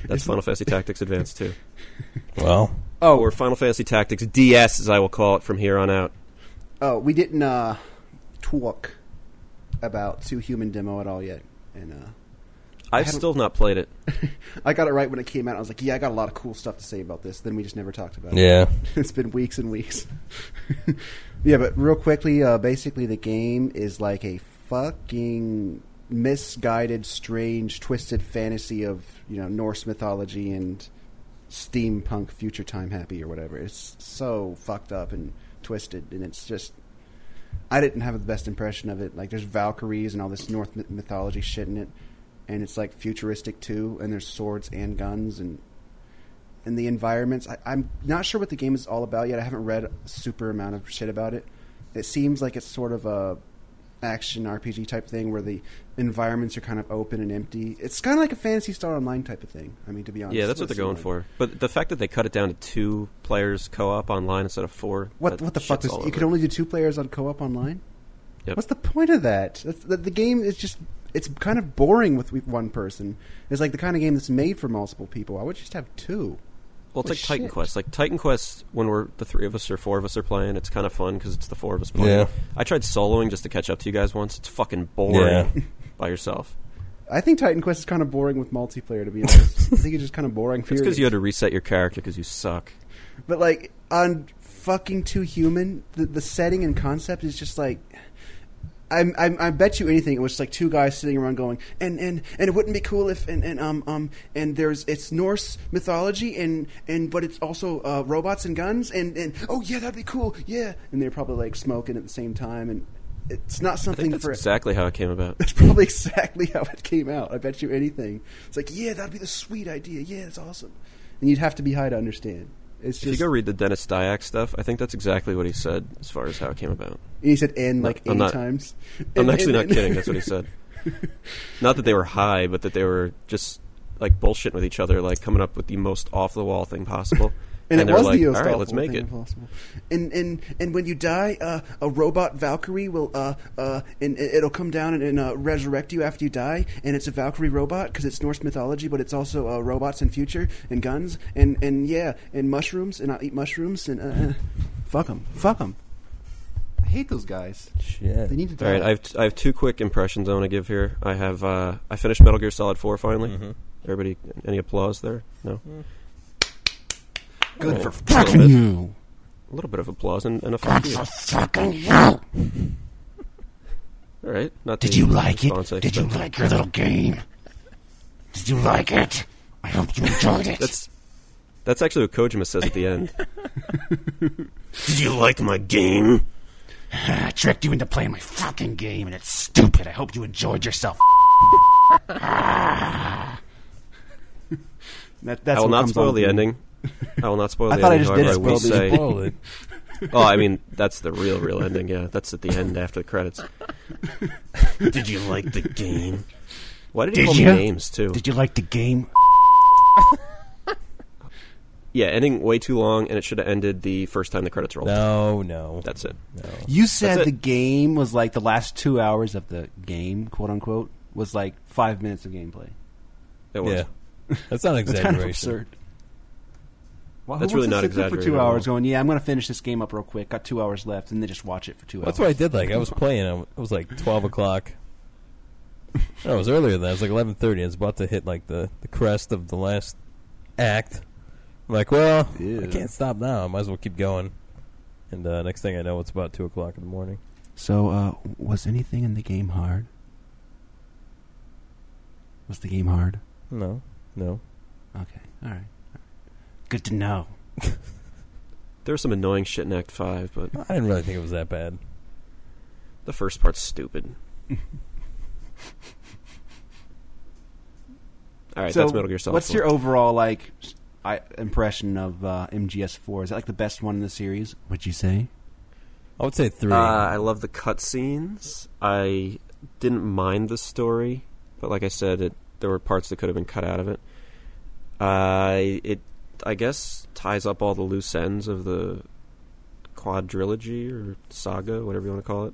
C: That's Final Fantasy Tactics Advance too.
E: Well.
C: oh, or Final Fantasy Tactics DS, as I will call it from here on out.
D: Oh, we didn't uh, talk about Two Human demo at all yet, and uh, *laughs* I
C: I've
D: haven't-
C: still not played
D: *laughs*
C: it.
D: I got it right when it came out. I was like, yeah, I got a lot of cool stuff to say about this. Then we just never talked about
E: Yeah.
D: it. *laughs* it's been weeks and weeks. *laughs* yeah, but real quickly, uh, basically, the game is like a fucking misguided, strange, twisted fantasy of you know Norse mythology and steampunk future time happy or whatever. It's so fucked up and twisted, and it's just. I didn't have the best impression of it. Like, there's Valkyries and all this North myth- mythology shit in it, and it's like futuristic too. And there's swords and guns and and the environments. I, I'm not sure what the game is all about yet. I haven't read a super amount of shit about it. It seems like it's sort of a action RPG type thing where the environments are kind of open and empty. It's kind of like a Fantasy Star Online type of thing. I mean, to be honest,
C: Yeah, that's what they're going
D: Similar.
C: for. But the fact that they cut it down to two players co-op online instead of four.
D: What
C: that
D: what the fuck?
C: shit's
D: Is,
C: all
D: you
C: over.
D: could only do two players on co-op online.
C: Yep.
D: What's the point of that? That's, the, the game is just it's kind of boring with one person. It's like the kind of game that's made for multiple people. I would just have two.
C: Well, it's
D: Holy
C: like Titan
D: shit.
C: Quest. Like Titan Quest, when we're the three of us or four of us are playing, it's kind of fun because it's the four of us playing.
E: Yeah.
C: I tried soloing just to catch up to you guys once. It's fucking boring
E: Yeah.
C: *laughs* by yourself.
D: I think Titan Quest is kind of boring with multiplayer. To be honest, I think it's just kind of boring.
C: It's
D: period.
C: because you had to reset your character because you suck.
D: But like on fucking Too Human, the, the setting and concept is just like. I'm, I'm, I bet you anything. It was like two guys sitting around going, and, and, and it wouldn't be cool if and, and um um and there's it's Norse mythology and and but it's also uh, robots and guns and, and oh yeah that'd be cool yeah and they're probably like smoking at the same time and it's
C: I
D: not
C: think
D: something
C: that's
D: for
C: exactly how it came about.
D: *laughs* that's probably exactly how it came out. I bet you anything. It's like yeah that'd be the sweet idea yeah it's awesome and you'd have to be high to understand. It's
C: if you
D: just
C: go read the Dennis Dyack stuff, I think that's exactly what he said as far as how it came about.
D: And he said "and"
C: No,
D: like
C: I'm
D: 80
C: not-
D: times.
C: *laughs* I'm
D: And-
C: actually
D: and-
C: not
D: and-
C: kidding. That's
D: *laughs*
C: what he said. not that they were high, but that they were just like bullshitting with each other, like coming up with the most off the wall thing possible.
D: and, it
C: they're
D: was
C: like,
D: the
C: all
D: most
C: right, let's
D: awful
C: make
D: thing
C: it.
D: possible. And and and when you die, uh, a robot Valkyrie will uh uh and it- it'll come down and, and uh, resurrect you after you die. And it's a Valkyrie robot because it's Norse mythology, but it's also uh, robots and future and guns and and yeah and mushrooms and I will eat mushrooms and uh, uh, fuck them, fuck them. I hate those guys.
E: Shit,
D: they need to die.
C: All right, I have, t- I have two quick impressions I want to give here. I have uh, I finished Metal Gear Solid Four finally.
F: Mm-hmm.
C: Everybody, any applause there? No.
F: Mm.
C: Oh,
D: Good for
C: a little
D: fucking
C: bit.
D: you.
C: A little bit of applause and, and a fuck
F: Good
C: you.
F: for fucking you. All
C: right. Not
F: Did
C: the
F: you like it?
C: response I
F: Did you
C: expected.
F: like your little game? Did you like it? I hope you enjoyed it.
C: That's that's actually what Kojima says at the
D: *laughs*
C: end.
F: Did you like my game? I tricked you into playing my fucking game, and it's stupid. I hope you enjoyed yourself.
D: That, that's
C: I will
D: what
C: not
D: comes
C: spoil
D: off
C: the
D: me.
C: ending. I will not spoil
D: *laughs* I
C: the
D: thought I
C: ending.
D: just did
C: however, will
D: spoil the-
C: say-
D: spoil *laughs*
F: *laughs*
D: it.
C: oh, I mean, that's the real, real ending. Yeah, that's at the end after the credits.
F: *laughs* Did you like the game?
C: Why did, he call
F: ya?
C: me names too?
F: Did you like the game?
C: Yeah, ending way too long, and it should have ended the first time the credits rolled.
E: No, no,
C: that's it.
L: You
C: That's
L: said
C: it.
L: the game was like the last two hours of the game, quote unquote, was like five minutes of gameplay.
C: It was.
E: *laughs* Yeah. That's not an
L: That's kind of
E: exaggeration.
L: absurd.
D: Well, who
C: That's really
D: wants
C: not
D: to sit there for
C: exaggerating.
D: two
C: at all.
D: hours going, yeah, I'm going to finish this game up real quick. Got two hours left, and then just watch it for two
E: That's what I
D: hours.
E: did. Like I was playing. I w- It was like twelve o'clock. No, it was earlier than that. It was like eleven thirty. I was about to hit like the, the crest of the last act. I'm like, well, I can't stop now. I might as well keep going. And uh, next thing I know, it's about two o'clock in the morning.
D: So, uh, was anything in the game hard? Was the game hard?
E: No, no.
D: Okay, all right. Good to know.
C: There was some annoying shit in Act Five, but
E: I didn't really think it was that bad.
C: The first part's stupid. All right,
D: So
C: that's Metal Gear Solid.
D: What's
C: 4.
D: your overall like s- I, impression of uh, MGS4? Is that like the best one in the series? Would you say?
E: I would say three.
C: Uh, I love the cutscenes. I didn't mind the story, but like I said, it, there were parts that could have been cut out of it. Uh, it, I guess, ties up all the loose ends of the quadrilogy or saga, whatever you want to call it.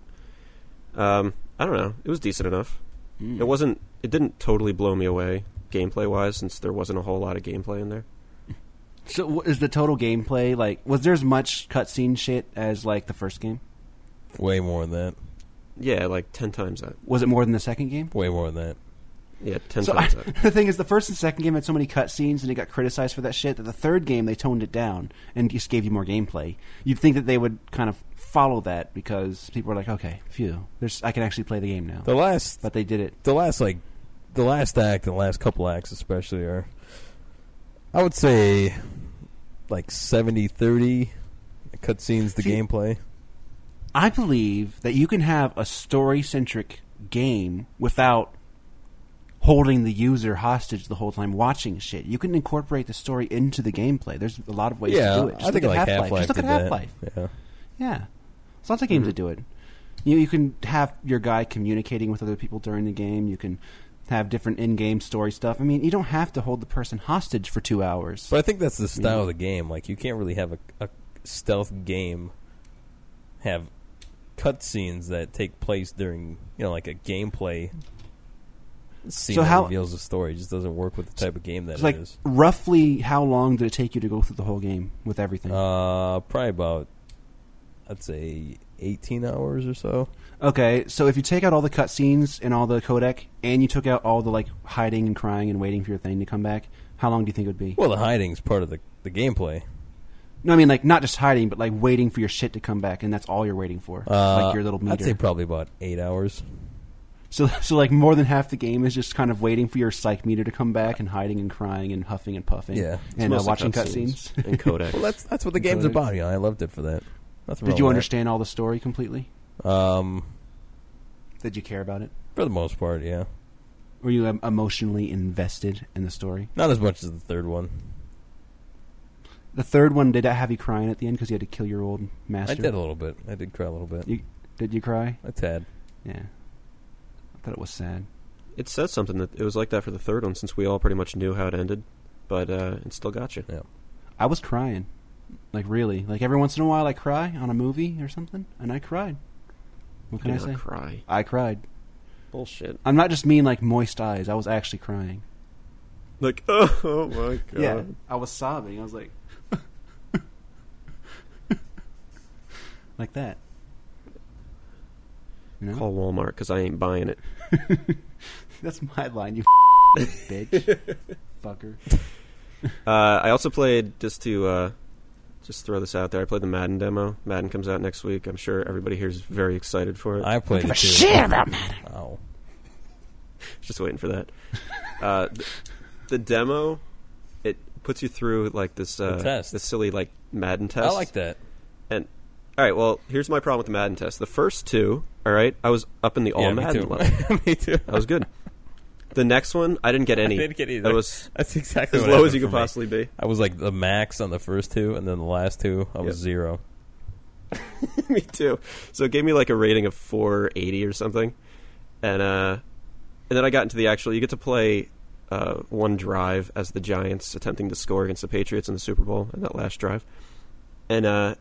C: Um, I don't know. It was decent enough.
D: Mm.
C: It wasn't. It didn't totally blow me away gameplay wise, since there wasn't a whole lot of gameplay in there.
D: So wh- is the total gameplay like? Was there as much cutscene shit as like the first game?
E: Way more than that.
C: Yeah, like ten times that.
D: Was it more than the second game?
E: Way more than that.
C: Yeah, ten
D: So
C: times
D: I-
C: that.
D: the thing is, the first *laughs* and second game had so many cutscenes, and it got criticized for that shit. That the third game they toned it down and just gave you more gameplay. You'd think that they would kind of follow that because people were like, "Okay, phew, there's I can actually play the game now."
E: The last,
D: but they did it.
E: The last like, the last act and the last couple acts especially are, I would say, like 70, 30 cutscenes, the gameplay.
D: I believe that you can have a story centric game without holding the user hostage the whole time watching shit. You can incorporate the story into the gameplay. There's a lot of ways
E: yeah,
D: to do it. Just
E: I
D: look
E: think
D: at
E: like
D: Half-Life.
E: Half-Life
D: Just look at
E: did
D: Half
E: that.
D: Life.
E: Yeah.
D: Yeah. There's lots of games
E: Mhm.
D: that do it. You, you can have your guy communicating with other people during the game. You can have different in-game story stuff. I mean, you don't have to hold the person hostage for two hours.
E: But I think that's the
D: You
E: style
D: know?
E: of the game. Like you can't really have a, a stealth game have cutscenes that take place during you know like a gameplay scene
D: So
E: that
D: how-
E: reveals the story. It just doesn't work with the type of game that
D: It's
E: it
D: like
E: is.
D: roughly how long did it take you to go through the whole game with everything?
E: Uh, probably about I'd say eighteen hours or so.
D: Okay, so if you take out all the cutscenes and all the codec, and you took out all the like hiding and crying and waiting for your thing to come back, how long do you think it would be?
E: Well, the hiding's part of the the gameplay.
D: no, I mean like not just hiding, but like waiting for your shit to come back, and that's all you're waiting for,
E: Uh,
D: like your little meter.
E: I'd say probably about eight hours.
D: so, so like more than half the game is just kind of waiting for your psych meter to come back and hiding and crying and huffing and puffing.
E: Yeah,
D: and uh, watching cutscenes.
E: *laughs* Well, that's that's what the game's
D: Codec.
E: about. You know, I loved it for that.
D: *laughs*
E: Nothing wrong
D: Did you
E: with that.
D: understand all the story completely?
E: Um,
D: Did you care about it?
E: for the most part, yeah.
D: Were you um, emotionally invested in the story?
E: Not as much as the third one.
D: The third one did I have you crying at the end because you had to kill your old master?
E: I did a little bit. I did cry a little bit.
D: You, did you cry?
E: A tad.
D: Yeah. I thought it was sad.
C: It said something that it was like that for the third one, since we all pretty much knew how it ended, but uh, it still got you.
E: Yeah.
D: I was crying. Like, really. Like, every once in a while I cry on a movie or something, and I cried. What can
C: You
D: I
C: never
D: say?
C: cry.
D: I cried.
C: Bullshit.
D: I'm not just mean like moist eyes. I was actually crying.
C: Like, *laughs* oh, my god.
D: Yeah. I was sobbing. I was like, *laughs* like that.
C: Call Walmart because I ain't buying it.
D: *laughs* That's my line, you *laughs* bitch. Fucker.
C: Uh, I also played just to uh, just throw this out there. I played the Madden demo. Madden comes out next week. I'm sure everybody here is very excited for it.
E: I played it too. Ow.
C: just waiting for that. Uh, th- the demo, it puts you through like this uh,
E: The test.
C: this silly like Madden test.
E: like that.
C: And all right, well, here's my problem with the Madden test. The first two, all right, I was up in the all
E: Yeah, me
C: Oh, Madden
E: too.
C: level.
E: *laughs* me too.
C: That was good. The next one, I didn't get any.
E: I didn't get either.
C: That
E: *laughs*
C: was
E: That's exactly
C: as
E: what
C: low as
E: happened
C: you
E: for
C: could
E: me.
C: possibly be.
E: I was like the max on the first two, and then the last two, I was zero.
C: *laughs* me too. So it gave me like a rating of 480 or something, and uh, and then I got into the actual. You get to play uh, one drive as the Giants attempting to score against the Patriots in the Super Bowl in that last drive, and uh,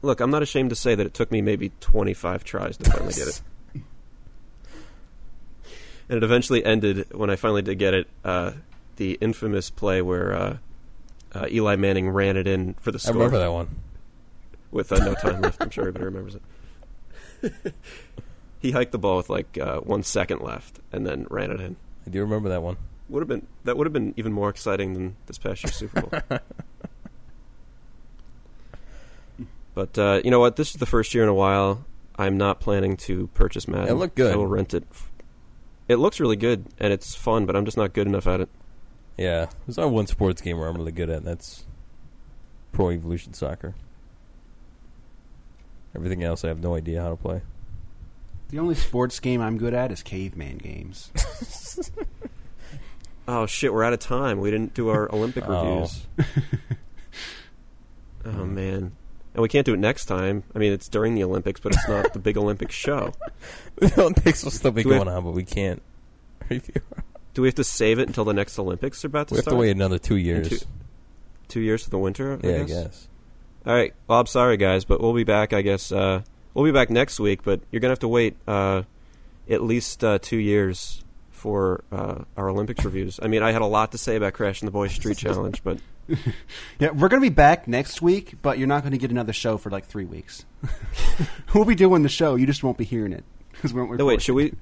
C: look, I'm not ashamed to say that it took me maybe 25 tries to finally
E: *laughs*
C: get it. And it eventually ended when I finally did get it. Uh, the infamous play where uh, uh, Eli Manning ran it in for the
E: I
C: score.
E: remember that one.
C: With uh, no time left. I'm sure everybody remembers it. He hiked the ball with like uh, one second left and then ran it in.
E: I do remember that one.
C: Would have been that would have been even more exciting than this past year's Super
E: *laughs*
C: Bowl. but uh, you know what? This is the first year in a while I'm not planning to purchase Madden.
E: It looked good.
C: I will rent it. f- It looks really good and it's fun, but I'm just not good enough at it.
E: Yeah, there's not one sports game where I'm really good at. and That's Pro Evolution Soccer. Everything else, I have no idea how to play. *laughs*
D: The only sports game I'm good at is caveman games.
C: Oh shit, we're out of time. We didn't do our Olympic
E: *laughs*
D: Oh.
C: reviews. oh man. And we can't do it next time. I mean, it's during the Olympics, but it's not the
E: *laughs*
C: big Olympic show.
E: the Olympics will still be
C: Do we have-
E: going on, but we can't *laughs* review.
C: Do we have to save it until the next Olympics are about to
E: We have to
C: start?
E: wait another two
C: In
E: years.
C: Two, two years to the winter, I
E: Yeah, I
C: guess?
E: guess.
C: All right. Well, I'm sorry, guys, but we'll be back, I guess. Uh, we'll be back next week, but you're going to have to wait uh, at least uh, two years for uh, our Olympics reviews. I mean, I had a lot to say about Crashing the Boys
E: *laughs*
C: Street Challenge, but
D: yeah, we're going to be back next week, but you're not going to get another show for like three weeks. *laughs* we'll be doing the show. You just won't be hearing it because we won't
C: No, wait.
D: record.
C: Should we?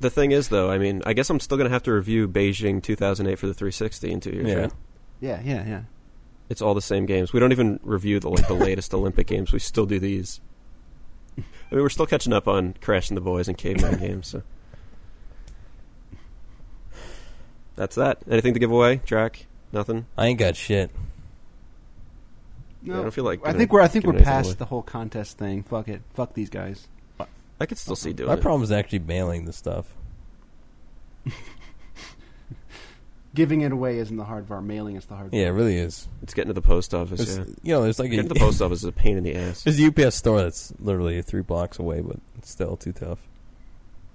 C: the thing is, though, I mean, I guess I'm still going to have to review Beijing 2008 for the 360 in two years.
D: Yeah.
C: right?
D: Yeah, yeah, yeah.
C: It's all the same games. We don't even review the like the latest Olympic games. We still do these. I mean, we're still catching up on Crashing the Boys and Caveman games. So that's that. Anything to give away, Jack? Nothing.
E: I ain't got shit.
C: I don't feel like.
D: I
C: giving-
D: think we're I think
C: giving
D: we're
C: anything
D: past
C: away.
D: the whole contest thing. Fuck it. Fuck these guys.
C: I could still see doing
E: My
C: it.
E: problem is actually mailing the stuff.
D: Giving it away isn't the hard part. Mailing is the hard part.
E: Yeah, it really is.
C: It's getting to the post office.
E: It's-
C: yeah.
E: you know, there's like a-
C: getting to the
E: *laughs*
C: post office is a pain in the ass.
E: There's a UPS store that's literally three blocks away, but it's still too tough.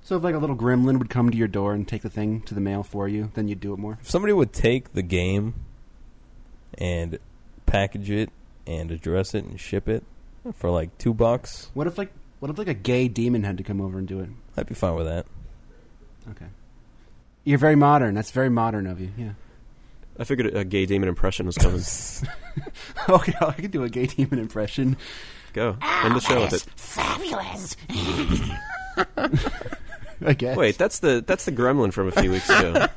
D: So if like a little gremlin would come to your door and take the thing to the mail for you, then you'd do it more.
E: If somebody would take the game and package it and address it and ship it for like two bucks,
D: What if like what if like a gay demon had to come over and do it?
E: I'd be fine with that.
D: Okay. You're very modern. That's very modern of you. Yeah. *laughs*
C: I figured a gay demon impression was coming.
D: okay, I could do a gay demon impression.
C: Go end the show with it.
P: Fabulous.
D: I guess.
C: Wait, that's the that's the gremlin from a few weeks ago.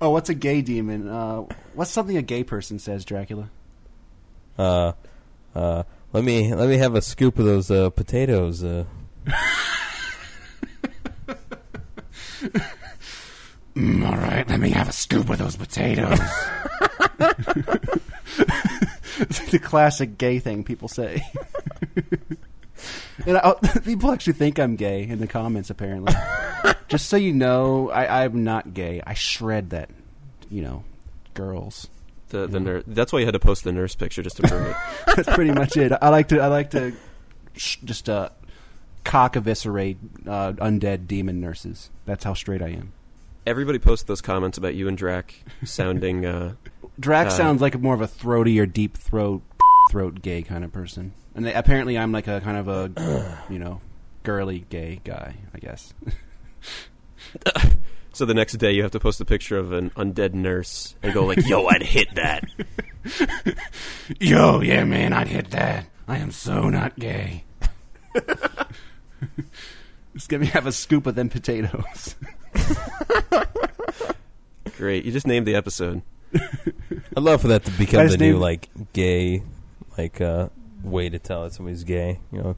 D: Oh, what's a gay demon? Uh, what's something a gay person says, Dracula?
E: Uh, uh, let me let me have a scoop of those uh, potatoes. Uh,
Q: Mm, all right, let me have a scoop of those potatoes. *laughs*
D: It's *laughs* the classic gay thing people say. and I, oh, *laughs* people actually think I'm gay in the comments. Apparently, just so you know, I, I'm not gay. I shred that, you know, girls.
C: The the nurse. That's why you had to post the nurse picture just to prove it.
D: That's pretty much it. I like to I like to sh- just uh, cock eviscerate uh, undead demon nurses. That's how straight I am.
C: Everybody posted those comments about you and Drac sounding. Uh,
D: Drac
C: uh,
D: sounds like more of a throaty or deep throat *laughs* throat gay kind of person, and they, apparently I'm like a kind of
Q: *clears throat*
D: a you know girly gay guy. I guess.
C: So the next day you have to post a picture of an undead nurse and go like, "Yo, I'd hit that."
Q: *laughs* Yo, yeah, man, I'd hit that. I am so not gay.
D: *laughs* Just give me have a scoop of them potatoes. *laughs*
C: Great. You just named the episode.
E: I'd love for that to
D: I
E: become
D: just
E: the new
D: named-
E: like gay, like uh, way to tell that somebody's gay. You know,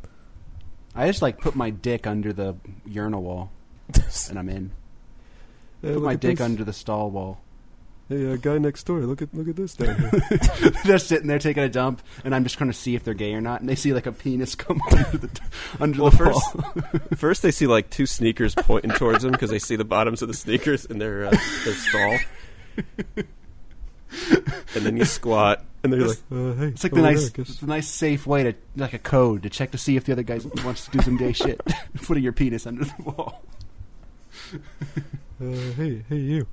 D: I just like put my dick under the urinal wall, and I'm in.
C: Hey,
D: put
C: look
D: my
C: at
D: dick
C: this.
D: under the stall wall. *laughs*
C: Hey, uh, guy next door. Look at look at this down here.
D: they're sitting there taking a dump, and I'm just trying to see if they're gay or not. And they see like a penis come *laughs* under the under
C: Well,
D: the
C: first,
D: wall.
C: *laughs* first they see like two sneakers pointing towards them because they see the bottoms of the sneakers in their uh, their stall. And then you squat, and they're like, uh, "Hey,
D: it's like the
C: over there, I
D: nice,
C: guess."
D: it's the nice safe way to like a code to check to see if the other guy wants to do some gay shit. *laughs* Putting your penis under the wall.
P: Uh, hey, hey, you.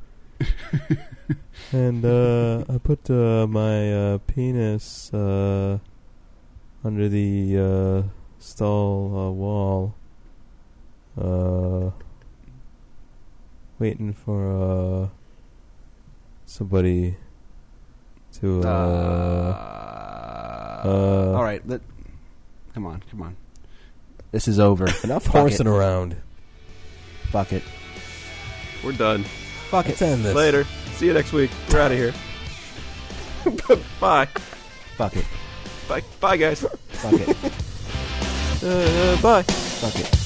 E: and uh, I put uh, my uh, penis uh, under the uh, stall uh, wall, uh, waiting for uh, somebody to. Uh, uh,
D: All right, let, come on, come on. This is *laughs* over.
E: Enough
D: Fuck
E: horsing
D: it.
E: around.
D: Fuck it.
C: We're done.
D: Fuck
E: Let's end this.
C: Later. See you next week. We're out of here. *laughs* Bye.
D: Fuck it.
C: Bye. Bye, guys.
D: Fuck it.
C: uh, bye.
D: Fuck it.